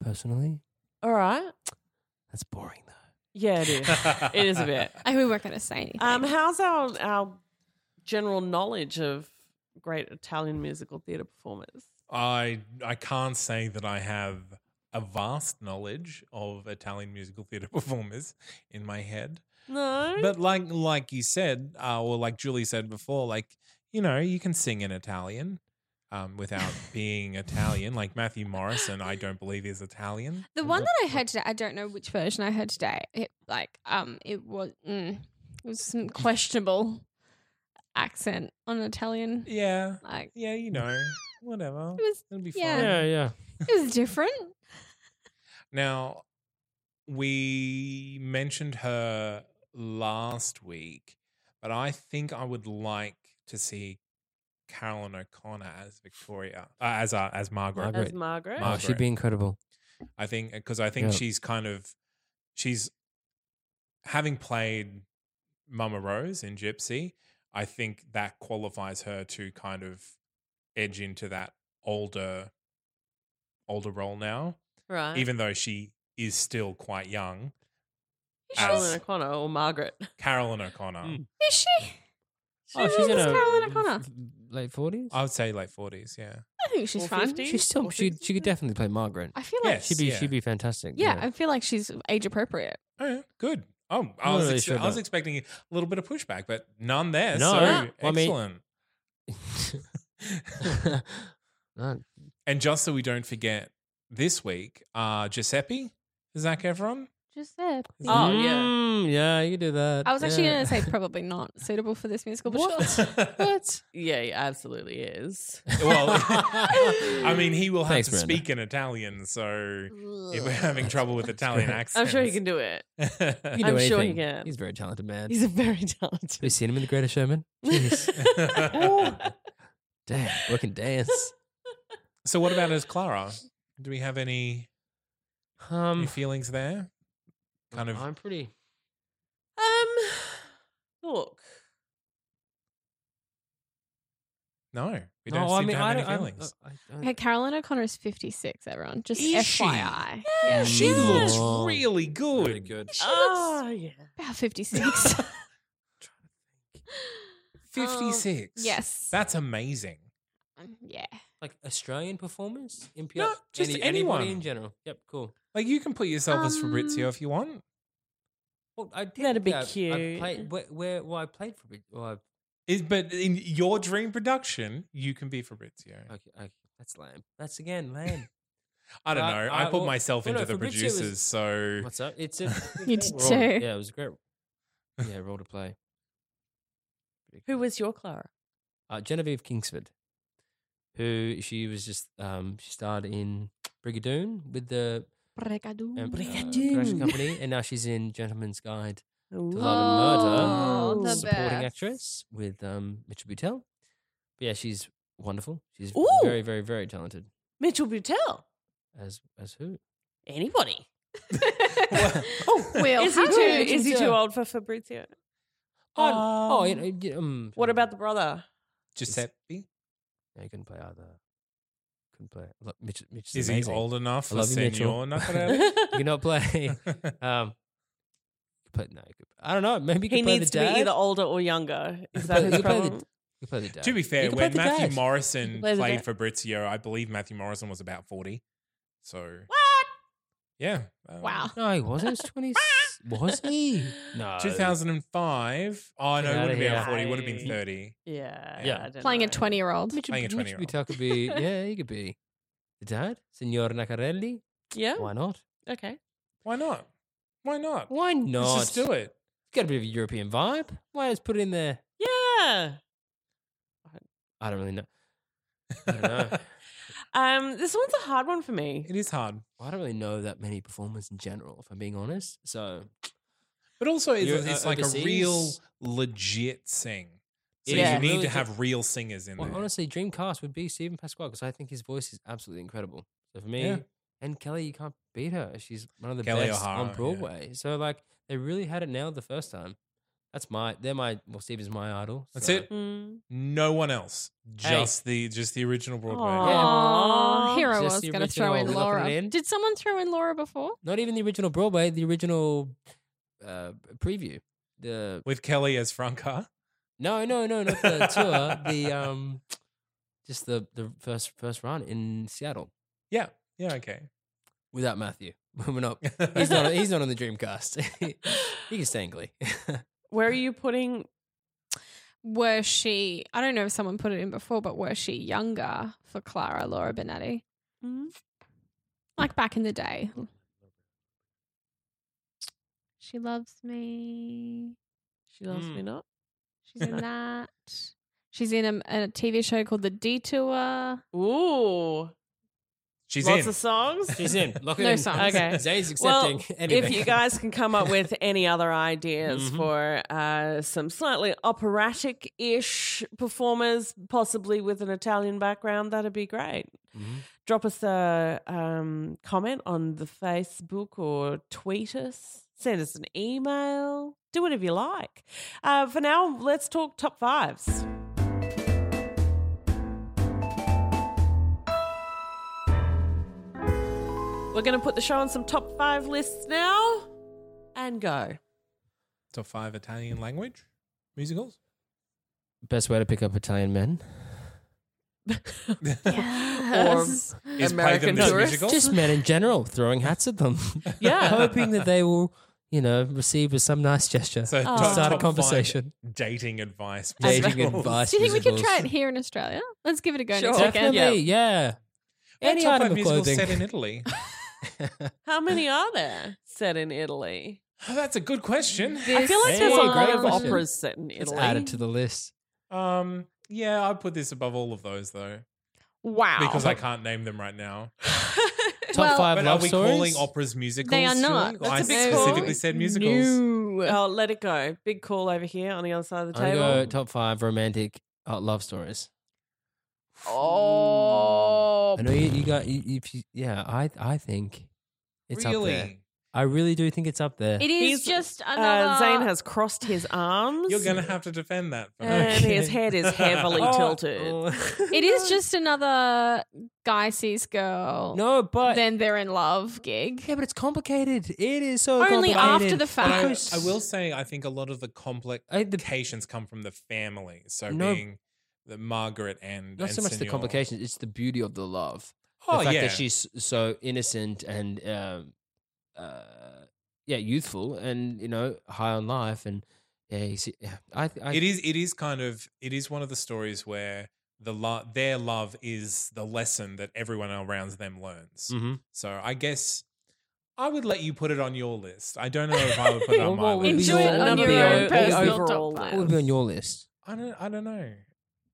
Personally,
All right.
that's boring though.
Yeah, it is. it is a bit.
I, we weren't going to say anything.
Um, how's our our general knowledge of great Italian musical theatre performers?
I I can't say that I have a vast knowledge of Italian musical theatre performers in my head.
No,
But like like you said, uh, or like Julie said before, like you know, you can sing in Italian um, without being Italian. Like Matthew Morrison, I don't believe is Italian.
The one that I heard today, I don't know which version I heard today. It like um, it was mm, it was some questionable accent on Italian.
Yeah,
Like
yeah, you know, whatever.
it was,
It'll be
yeah.
fine.
Yeah, yeah.
it was different.
Now, we mentioned her last week, but I think I would like to see Carolyn O'Connor as Victoria, uh, as uh, as Margaret.
Margaret.
as Margaret.
Oh, she'd be incredible.
I think because I think
Yeah.
she's kind of she's having played Mama Rose in Gypsy. I think that qualifies her to kind of edge into that older older role now,
right.
even though she is still quite young.
Carolyn
as-
O'Connor or Margaret.
Carolyn O'Connor,
Mm.
Is she?
Oh, she's in
It's
her
Carolyn O'Connor.
f- late forties.
I would say late forties. Yeah,
I think she's
Or
fine.
50?
She's still Oh, she she could definitely play Margaret.
I feel like
yes,
She'd be
yeah.
she'd be fantastic.
yeah, I feel like she's age appropriate.
Oh, yeah, good. Oh, I
Not
was
really
ex-
sure
I was
about-
expecting a little bit of pushback, but none there.
No.
so
Yeah. Well, I mean-
excellent.
No.
And just so we don't forget, this week, uh, Giuseppe, Zach Efron.
Giuseppe.
Oh, yeah.
Mm, yeah, you can do that.
Oh, I was actually
yeah.
going to say probably not suitable for this musical, but
What?
sure.
what?
Yeah, he absolutely is.
Well, I mean, he will have
Thanks,
to
Miranda.
speak in Italian, so if we're having trouble with Italian accents,
I'm sure he can do it.
You can do
I'm sure he
anything.
can.
He's a very talented man.
He's a very
Have you
talented.
seen him in The Greatest Showman? Jeez. Damn, working dance.
so, what about as Clara? Do we have any, any
Um,
feelings there? Kind of.
I'm pretty.
um, look,
No, we don't uh, seem to have any feelings.
uh,
Okay, Carolyn O'Connor is 56, everyone. Just
Is she?
FYI.
Yeah, she looks
Yeah.
really good.
Really good.
She
oh yeah,
looks about 56.
Um,
56.
yes.
That's amazing.
Um, yeah.
Like Australian performers in PR?
No, just
anybody
anyone.
in general. Yep, cool.
Like, you can put yourself as Fabrizio
Um,
if you want.
Well, I did
That'd be
that. I
cute.
played, where, where, well, I played for. Well,
Is- but in your dream production, you can be Fabrizio.
I, okay, okay, that's lame. That's again lame.
I don't
Uh,
know. I,
I-
put
well,
myself
no, no,
into the
Fabrizio is-
producers, so
What's up? It's a.
You did
role.
too.
Yeah, it was a great. Yeah, role to play.
who was your Clara?
uh, Genevieve Kingsford, who she was just um, she starred in Brigadoon with the um, uh, production
Brigadoon.
company, and now she's in Gentleman's Guide to
Oh,
Love and
the
Murder, supporting
best.
actress with um, Mitchell Butel. But yeah, she's wonderful. She's
Ooh.
very, very, very talented.
Mitchell Butel.
As as who?
Anybody?
oh, Will,
is
how
he
do
too?
you-
Is he too old for Fabrizio?
Oh, oh, you
Um,
know, you- um,
What about the brother?
Giuseppe.
No, he couldn't play either. Couldn't play. Look, Mitch, Mitch is,
Is
amazing.
he old enough
I
for
love you,
Senor
Mitchell.
Nacarelli?
He cannot play. Um, but no, he could- I don't know. Maybe you could
He
play the
needs to be
dad.
either older or younger. Is that
play-
his
you play the-
problem?
You play the dad.
to be
You
fair,
can play
when
the
Matthew
dad.
Morrison
play the
played
dad.
Fabrizio, I believe Matthew Morrison was about 40. So,
What?
yeah. um,
Wow.
No, he wasn't. He was 20. was he? No.
2005. Oh,
Uh, Get
no, it
outta
would have been
here.
40, would have been
Hey.
30.
Yeah.
Yeah.
I don't
Playing a
know.
20 year old.
Mitch,
Playing a
Mitch
20-year-old.
Butel could be, yeah, he could be the dad. Signor Nacarelli.
Yeah.
Why not?
Okay.
Why not? Why not?
Why not?
Let's just do it.
Got a bit of a European vibe. Why just put it in there?
Yeah.
I don't really know. I don't know.
Um, this one's a hard one for me.
It is hard.
I don't really know that many performers in general, if I'm being honest. So
But also, it's,
You're,
it's
uh,
like a real
overseas?
legit sing. So
Yeah.
you need
Really
to
good.
have real singers in
Well,
there.
honestly, dream cast would be Stephen Pasquale because I think his voice is absolutely incredible. So for me,
Yeah.
and Kelly, you can't beat her. She's one of the
Kelly
best
O'Hara, yeah.
on Broadway. So like, they really had it nailed the first time. That's my, they're my, well, Stephen's my idol.
That's
so-
it.
Mm.
No one else. Just the just the original Broadway.
Aw.
Oh,
Aw.
here I
Just
was
the
going to throw in
original. We're not
Laura.
putting it in?
Did someone throw in Laura before?
Not even the original Broadway, the original uh, preview. The
With Kelly as Franca.
no, no, no, not the tour. The um, just the the first first run in Seattle
Yeah. Yeah. Okay.
without Matthew. We're not. He's not. He's not on the Dreamcast. he can stay in Glee.
Where are you putting?
Were she, I don't know if someone put it in before, but were she younger for Clara, Laura Benetti?
Mm.
Like back in the day. She loves me.
She loves
Hmm.
me not.
She's in that. She's in a, a TV show called The Detour.
Ooh,
She's
lots
in.
of songs.
She's in. Lock it
No
in.
songs.
Okay.
Zane's
Well,
accepting
if you guys can come up with any other ideas
Mhm.
for uh, some slightly operatic-ish performers, possibly with an Italian background, that'd be great. Drop us a um, comment on the Facebook or tweet us. Send us an email. Do whatever you like. Uh, for now, let's talk top fives. We're going to put the show on some top five lists now and go.
Top five Italian language musicals.
best way to pick up Italian men,
Yes.
Is play them
American
this
tourist.
musical.
just men in general, throwing hats at them,
Yeah.
hoping that they will you know, received with some nice gesture.
So
Oh.
top-
Start a
top five
conversation.
dating advice.
Dating
musicals.
advice.
Do you think we could
musicals.
try it here in Australia? Let's give it a go
Sure.
next weekend.
Definitely, yeah.
My
Any
top
item
five
of
musicals
clothing.
set in Italy.
How many are there set in Italy?
Oh, that's a good question.
I feel like
Hey,
there's a
great
lot of
question.
operas set in
It's
Italy.
added to the list.
Um, yeah, I'd put this above all of those though,
Wow.
because I can't name them right now.
Top
Well-
five
But are
love
we
stories.
calling operas musicals?
They are not.
Julie?
That's
I
a big
specifically
call.
said musicals.
Uh,
Oh, let it go. Big call over here on the other side of the
I
table.
go top five romantic uh, love stories.
Oh,
I know you, you got. You, if you, yeah, I I think it's up there.
really?
I really do think it's up there.
It is
He's-
just another.
uh, Zane has crossed his arms.
You're gonna Oh. have to defend that. for me.
and
Okay.
his head is heavily tilted.
It is just another guy sees girl.
no, but
then they're in love gig.
yeah, but it's complicated. It is so
Only
complicated.
after the
But I,
fact.
I will say, I think a lot of the complications
I, the,
come from the family. So
No.
being the Margaret and
not so
and
much the
Senor.
complications. It's the beauty of the love.
Oh
the fact
yeah,
that she's so innocent and um, uh, yeah, youthful and you know high on life and yeah, you see, yeah. I, I
it is. It is kind of. It is one of the stories where the lo- their love is the lesson that everyone around them learns.
Mm.
Mhm.
So I guess I would let you put it on your list. I don't know if I would put it
Well,
on my
what would
list.
be
Enjoy it on
Number
your
one.
own
Big
personal
overall
top
What would be on your list?
I don't. I don't know.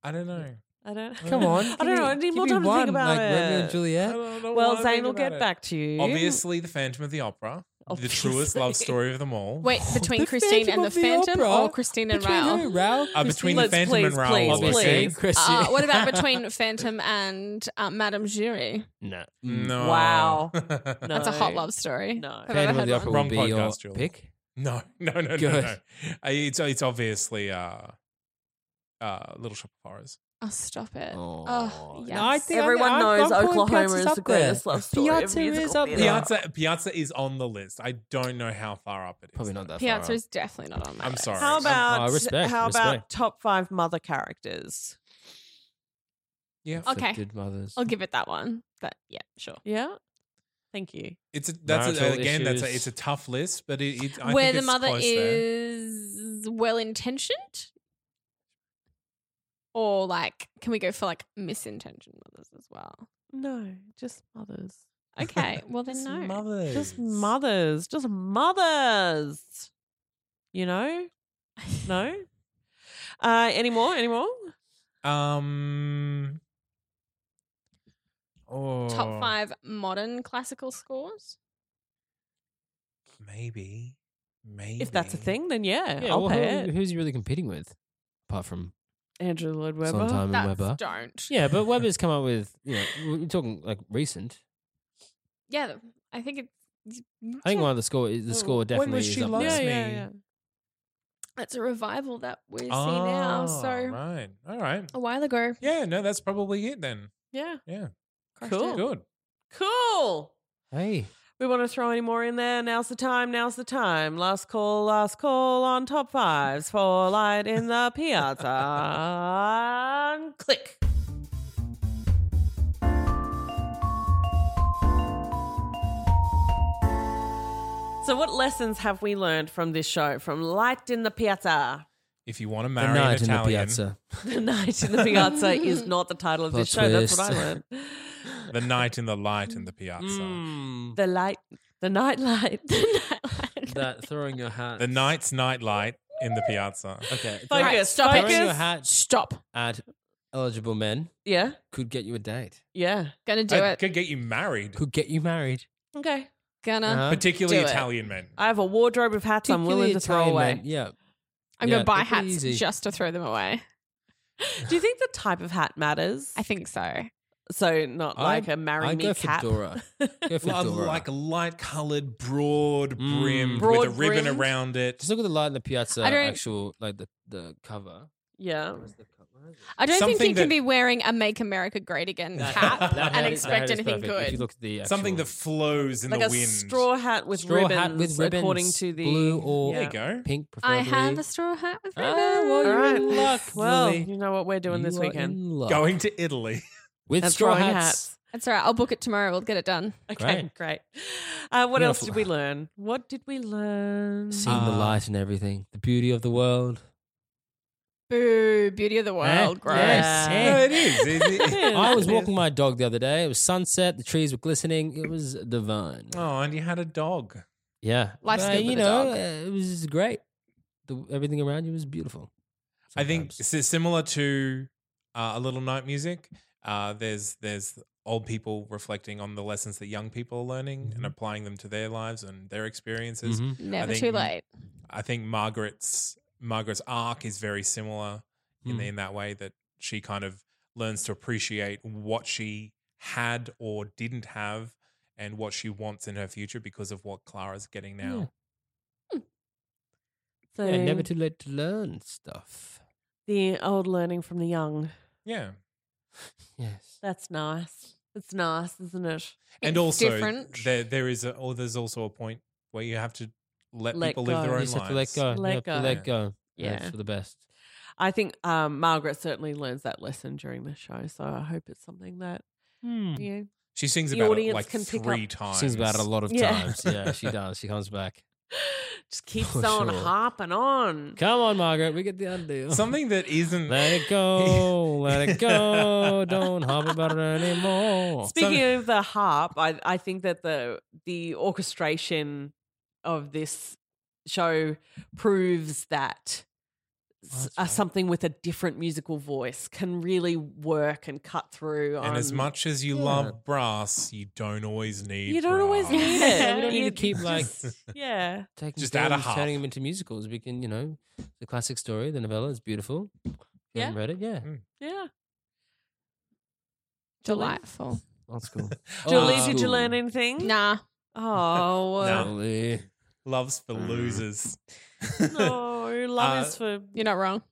I don't know.
I don't.
Come on,
I don't know. I need more time to think about
like Romeo
it.
and Juliet.
well, Zane will get back to you.
Obviously, the Phantom of the Opera, the truest love
Obviously.
story of them all.
Wait, between
The
Christine
Phantom
and
of
the
the
Phantom
Opera?
or Christine and
Between
Raoul?
her and Raoul,
Uh, between the
Let's
Phantom
please,
and Raoul,
please,
obviously.
please.
Uh, what about between Phantom and uh, Madame Jury?
no?
No.
Mm, Wow.
no.
That's a hot
No.
love story.
No.
If I've
Phantom
ever
of
heard
the
one.
Opera
Wrong
would be your
podcast, Jules.
pick.
No. No. No. No.
Good.
Uh, It's it's obviously uh, uh, Little Shop of Horrors.
Oh, stop it. Oh, yes.
No, I think I'm-
Everyone
I'm-
knows
I'm calling
Oklahoma
Piazza's
is
up
the greatest
there.
love story of
Piazza is
musical
up there.
theatre.
Piazza Piazza is on the list. I don't know how far up it is.
Probably not that far.
Piazza is definitely not on my
I'm
list.
sorry.
How
Um,
about
uh, respect,
how about
respect.
top five mother characters?
Yeah.
up.
Okay.
Afflicted mothers.
I'll give it that one. But yeah, sure.
Yeah. Thank you.
It's a, that's a,
Marital
again that's a,
issues.
it's a tough list, but it, it I
Where
think
the
it's
mother
close there.
is well intentioned? Or like, can we go for like misintentioned mothers as well?
No, just mothers.
Okay. Well, then no.
mothers.
Just mothers. Just mothers. You know? No? Uh any more? Any more?
Um. Oh,
Top five modern classical scores?
Maybe. Maybe.
If that's a thing, then yeah,
Yeah,
I'll
well,
pay
who,
it.
who's he really competing with? Apart from
Andrew Lloyd Webber.
Sondheim and
That's
Webber.
don't.
Yeah, but Webber's come up with, you know, we're talking like recent.
Yeah, I think it's.
I think one of the score is the
Well,
score
when
definitely
was
is
she
up
last?
yeah,
there.
yeah,
me.
yeah.
It's a revival that we see
Oh,
now. So Oh.
right, all right.
a while ago.
Yeah, no, that's probably it then.
Yeah.
Yeah,
crushed
Cool.
it.
good.
Cool.
Hey,
We want to throw any more in there. Now's the time. Now's the time. Last call. Last call on top fives for light in the piazza. And Click. So, what lessons have we learned from this show? From Light in the Piazza.
If you want to
the
marry an
night in the
Italian,
piazza.
The Night in the Piazza is not the title of this show.
Plot
That's what I
twist.
learned.
the night in the light
Mm.
in the piazza,
The light, the night light.
that throwing your hat.
the night's night light in the piazza.
Okay.
Focus,
throwing-
stop
Throwing
it.
your hat
Stop.
at eligible men
yeah,
could get you a date.
yeah.
Gonna do
That
it.
Could get you married,
Could get you married.
Okay.
Gonna.
Uh-huh.
particularly
Do it.
Italian men.
I have a wardrobe of hats I'm willing
Particularly
to throw
Italian
away.
men, Yeah.
I'm
Yeah,
gonna buy
they're pretty
hats
easy.
just to throw them away.
Do you think the type of hat matters?
I think so.
so. Not
I-
like a marry
I'd
me
go
cap.
fedora. Go
Lo-
fedora.
like a light coloured, broad
Mm.
brim with a
Broad
ribbon
brimmed?
around it.
Just look at the light in the piazza.
I don't-
Actual like the the cover.
Yeah.
What is the co- what is it?
I don't think
Something
you
that-
can be wearing a "Make America Great Again"
That-
hat
that
and
hat is- that hat
expect
is
anything
perfect. If you
good.
look at the
Something that
actual
flows in
Like
the
a
wind.
straw hat with
straw
ribbons,
hat with ribbons,
according to the
blue or
There
Yeah.
you go.
pink.
I have a
preferably.
straw hat with ribbons.
Ah, well,
All
you're
right.
in luck,
Well,
Lily.
you know what we're doing this
You are
weekend.
in luck.
Going to Italy.
with
And
straw
throwing
hats.
hats.
That's all right. I'll book it tomorrow. We'll get it done.
Okay,
Great.
great. Uh, what
Beautiful.
else did we learn? What did we learn?
Seeing the
Uh,
light and everything, the beauty of the world.
Boo! Beauty
Eh,
of the world. Gross.
Yes.
No, it is. It- it-
I was walking my dog the other day. It was sunset. The trees were glistening. It was divine.
oh, and you had a dog.
Yeah,
Life's
But,
good
You
with a
know,
dog.
uh, it was great. The, everything around you was beautiful.
I think
Sometimes.
si- similar to uh, a little night music. Uh, there's there's old people reflecting on the lessons that young people are learning and applying them to their lives and their experiences.
Mhm.
Never
think-
too late.
I think Margaret's Margaret's arc is very similar in
Mm.
in that way that she kind of learns to appreciate what she had or didn't have and what she wants in her future because of what Clara's getting now.
Hmm.
So,
Yeah, never too late to learn stuff.
the old learning from the young.
Yeah.
Yes.
That's nice. It's nice, isn't it?
and
It's
also
different.
there there is a, or there's also a point where you have to let,
Let
people
go.
live their
You
own
just have
lives.
to let go.
Let
you have
go.
to let go.
Yeah.
That's for the best.
I think um, Margaret certainly learns that lesson during the show. So I hope it's something that
Hmm.
Hmm.
you know,
She sings
The
about it
audience
like
can pick
three
up.
times.
She sings about it a lot of
Yeah.
times. Yeah, she does. She comes back.
just keeps
For
on
sure.
harping on.
Come on, Margaret. We get the undo.
Something that isn't
Let it go. let it go. Don't hop about it anymore.
Speaking
Some-
of the harp, I, I think that the the orchestration of this show proves that s-
that's
uh,
right.
something with a different musical voice can really work and cut through.
and as
on-
much as you
Yeah.
love brass, you don't always need.
you don't always
brass.
need it.
Yeah, we don't
need
You
to keep, like-
just- yeah.
Taking
Just add
turns,
a half.
turning them into musicals. We can, you know, the classic story, the novella is beautiful. You
Yeah.
haven't read it, yeah.
Yeah.
Delightful.
Old school.
Julie,
Old
did you learn
school.
anything?
Nah.
Oh,
No.
Julie.
Loves for
Mm.
losers.
no. Love
Uh,
is for.
You're not wrong.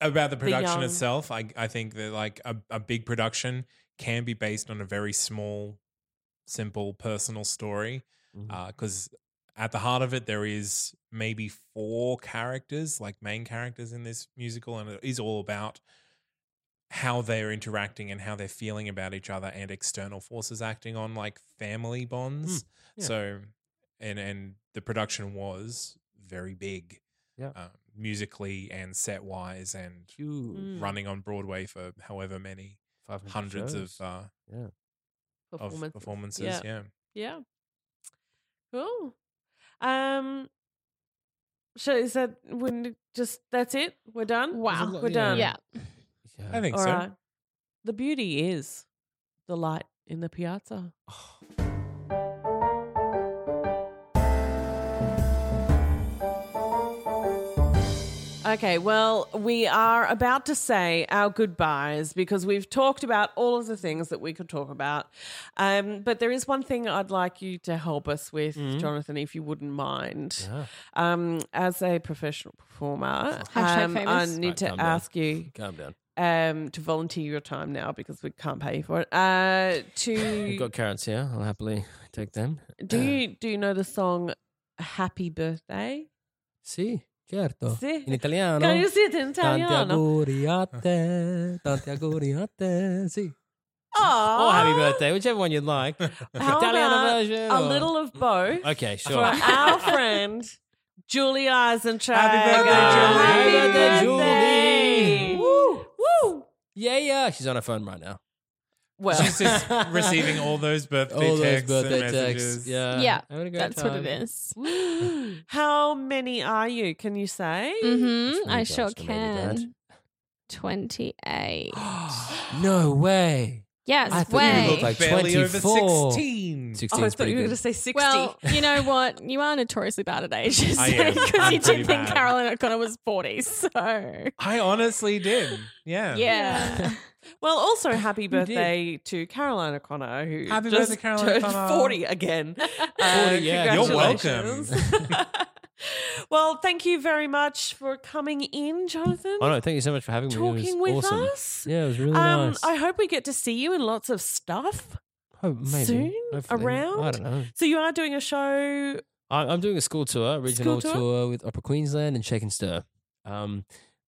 about the production
young.
itself, I I think that like a, a big production can be based on a very small, simple personal story.
Mhm.
Because Uh, at the heart of it, there is maybe four characters, like main characters in this musical, and it is all about how they're interacting and how they're feeling about each other and external forces acting on like family bonds.
yeah.
So, and and the production was very big.
Yeah.
Uh, musically and set wise, and
Huge.
Mm.
running on Broadway for however many
500
hundreds of
shows.
uh, of
performance.
performances.
Yeah.
Yeah.
Yeah. Cool. Um. So is that when just that's it? We're done.
Wow.
lot,
we're
yeah.
done.
Yeah.
Yeah.
I think
All
so.
right. uh, The beauty is the light in the piazza. Okay, well, we are about to say our goodbyes because we've talked about all of the things that we could talk about. Um, but there is one thing I'd like you to help us with, Jonathan, if you wouldn't mind.
Yeah.
Um, as a professional performer,
Hashtag
um, I
famous.
need
Right,
to
calm down.
ask you
Calm down.
um, to volunteer your time now because we can't pay you for it. Uh,
We've
to
got carrots here. I'll happily take them.
do you do you know the song "Happy Birthday"?
Sì, certo.
Sì.
In italiano.
Can you see it in
Tanti
Italiano?
auguri a te. Tanti auguri a te. Sì.
Oh,
Or happy birthday, whichever one you'd like.
How
Italiano
about
version.
Ah, A
or-
little of both
Okay,
for
sure.
our friend Julie Eisentrager.
Happy birthday,
Happy
Julie.
Eh, Happy
birthday,
birthday, Julie.
Woo, woo.
Yeah, yeah. She's on her phone right now.
Well,
She's just receiving all those birthday
All those
texts
birthday
and messages.
texts. Yeah.
Yeah,
Having a great
That's what
time.
it is.
how many are you? Can you say?
It's
Mm-hmm.
really
I sure
underestimated that.
can. 28.
no way.
Yes,
I thought
way.
you looked like
Barely over
24.
16.
16
Oh, I
is
thought
pretty
you were going to
good.
say sixty.
well, you know what? You are notoriously bad at ages
I am.
because
I'm
you did
pretty
think
bad.
Carolyn O'Connor was 40. So,
I honestly did. Yeah.
yeah.
Well, also happy
did?
birthday to Caroline O'Connor, who
Happy
just
birthday, Caroline
turned
O'Connor.
forty again. Uh,
40, yeah.
You're
congratulations. well, thank you very much for coming in, Jonathan.
Oh, no. Thank you so much for having me. It
talking
was
with
awesome.
us.
Yeah, it was really
Um,
nice.
I hope we get to see you in lots of stuff.
Hope- maybe.
soon?
Hopefully. I
Around?
don't know.
So you are doing a show.
I- I'm doing a school tour, regional
tour?
tour? with Opera Queensland and Shake and Stir. Um,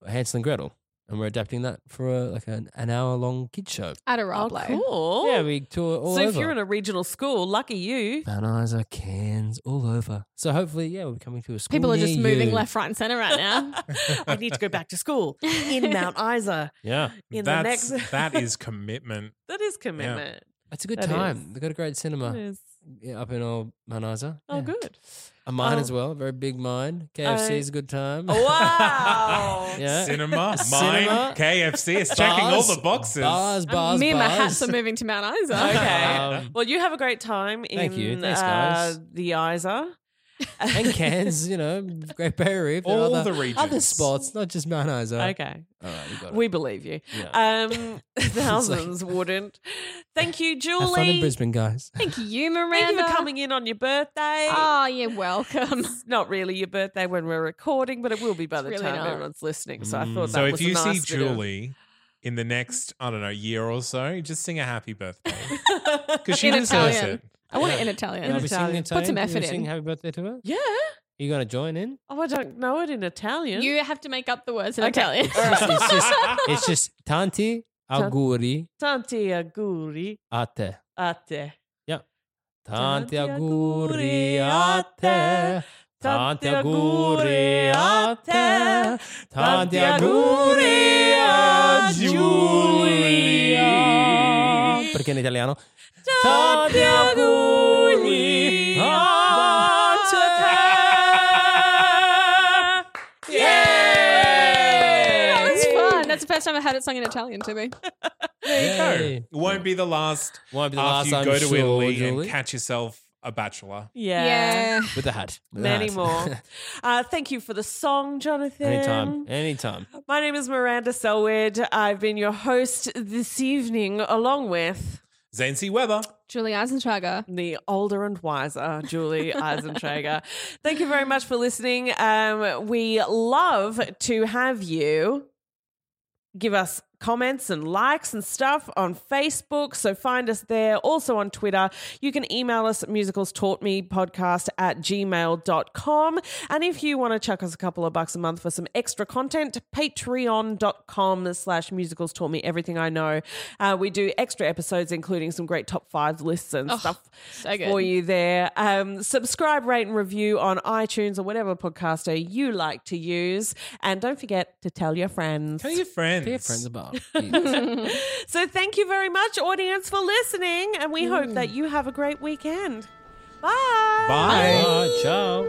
Hansel and Gretel. and we're adapting that for a, like an, an hour long kid show.
Adorable.
cool.
Yeah, we tour
Oh,
all
so
over.
if you're in a regional school, lucky you.
Mount Isa, Cairns, all over. So hopefully, yeah, we're coming to a school.
People are just
near
moving
you.
left, right, and center right now.
I need to go back to school in Mount Isa.
Yeah,
In the
That's,
next-
that is commitment.
That is commitment.
that's a good
That
time.
is.
They've got a great cinema
That is.
yeah, up in old Mount Isa.
Oh,
Yeah.
good.
A mine
Oh.
as well. Very big mine. KFC is a good time.
Wow.
Yeah.
Cinema,
Cinema.
mine, KFC. It's checking all
Bars.
the boxes.
Bars, bars,
Um, Me and my
bars.
hats are moving to Mount Isa.
Okay.
Um,
Well, you have a great time in
Thank you. Thanks,
uh,
guys.
the Isa.
and Cairns, you know, Great Barrier Reef. and
All
other,
the regions.
other spots, not just Mount Isa.
Okay.
All right, we got it.
We believe you.
Yeah.
Um, thousands wouldn't. Thank you,
Have fun in
Julie.
Brisbane, guys.
Thank you,
Thank
Miranda.
you for coming in on your birthday.
Oh, you're welcome.
It's not really your birthday when we're recording, but it will be by
It's
the
really
time
not.
everyone's listening. So I
Mm.
thought that
So
was
if
a
you see
nice bit of-
Julie in the next, I don't know, year or so, just sing a happy birthday because she
In
deserves
Italian.
it.
I want
Yeah.
it in
And I'll
Italian.
be singing in
Put some
Italian. You
effort
sing
in.
Happy birthday to her. Are
yeah.
you going to join in?
Oh, I don't know it in Italian.
You have to make up the words in
Okay.
Italian.
All right.
it's just it's just tanti auguri
Tanti auguri
a te.
a te.
Tanti
Tanti
auguri
auguri
a
a
te.
te. Tanti
Tanti auguri a
auguri
te.
a te. Tanti
Tanti auguri a
auguri a
Giulia.
Giulia.
Perché in italiano?
Tanti auguri
a
a te.
That
Yay!
was fun. That's the first time I had it sung in Italian to me.
There you
Yay.
go. Won't be the last.
Won't be the last time
After you go to
sure,
Italy
Julie.
and catch yourself a bachelor.
Yeah.
Yeah.
With the hat. With the
Many
hat.
more. Uh, thank you for the song, Jonathan.
Anytime. Anytime.
My name is Miranda Selwood. I've been your host this evening, along with
Zane C. Weber.
Julie Eisentrager.
the older and wiser Julie Eisentrager. Thank you very much for listening. Um, we love to have you give us comments and likes and stuff on Facebook. So find us there. Also on Twitter. You can email us at musicalstaughtmepodcast at gmail.com. And if you want to chuck us a couple of bucks a month for some extra content, patreon.com slash musicals taught me everything I know. Uh, we do extra episodes, including some great top five lists and stuff
Oh, so good.
for you there. Um, subscribe, rate, and review on iTunes or whatever podcaster you like to use. And don't forget to tell your friends.
Tell your friends.
Dear friends about. Jesus.
So thank you very much, audience, for listening, and we hope that you have a great weekend. Bye.
Bye.
Ah, ciao.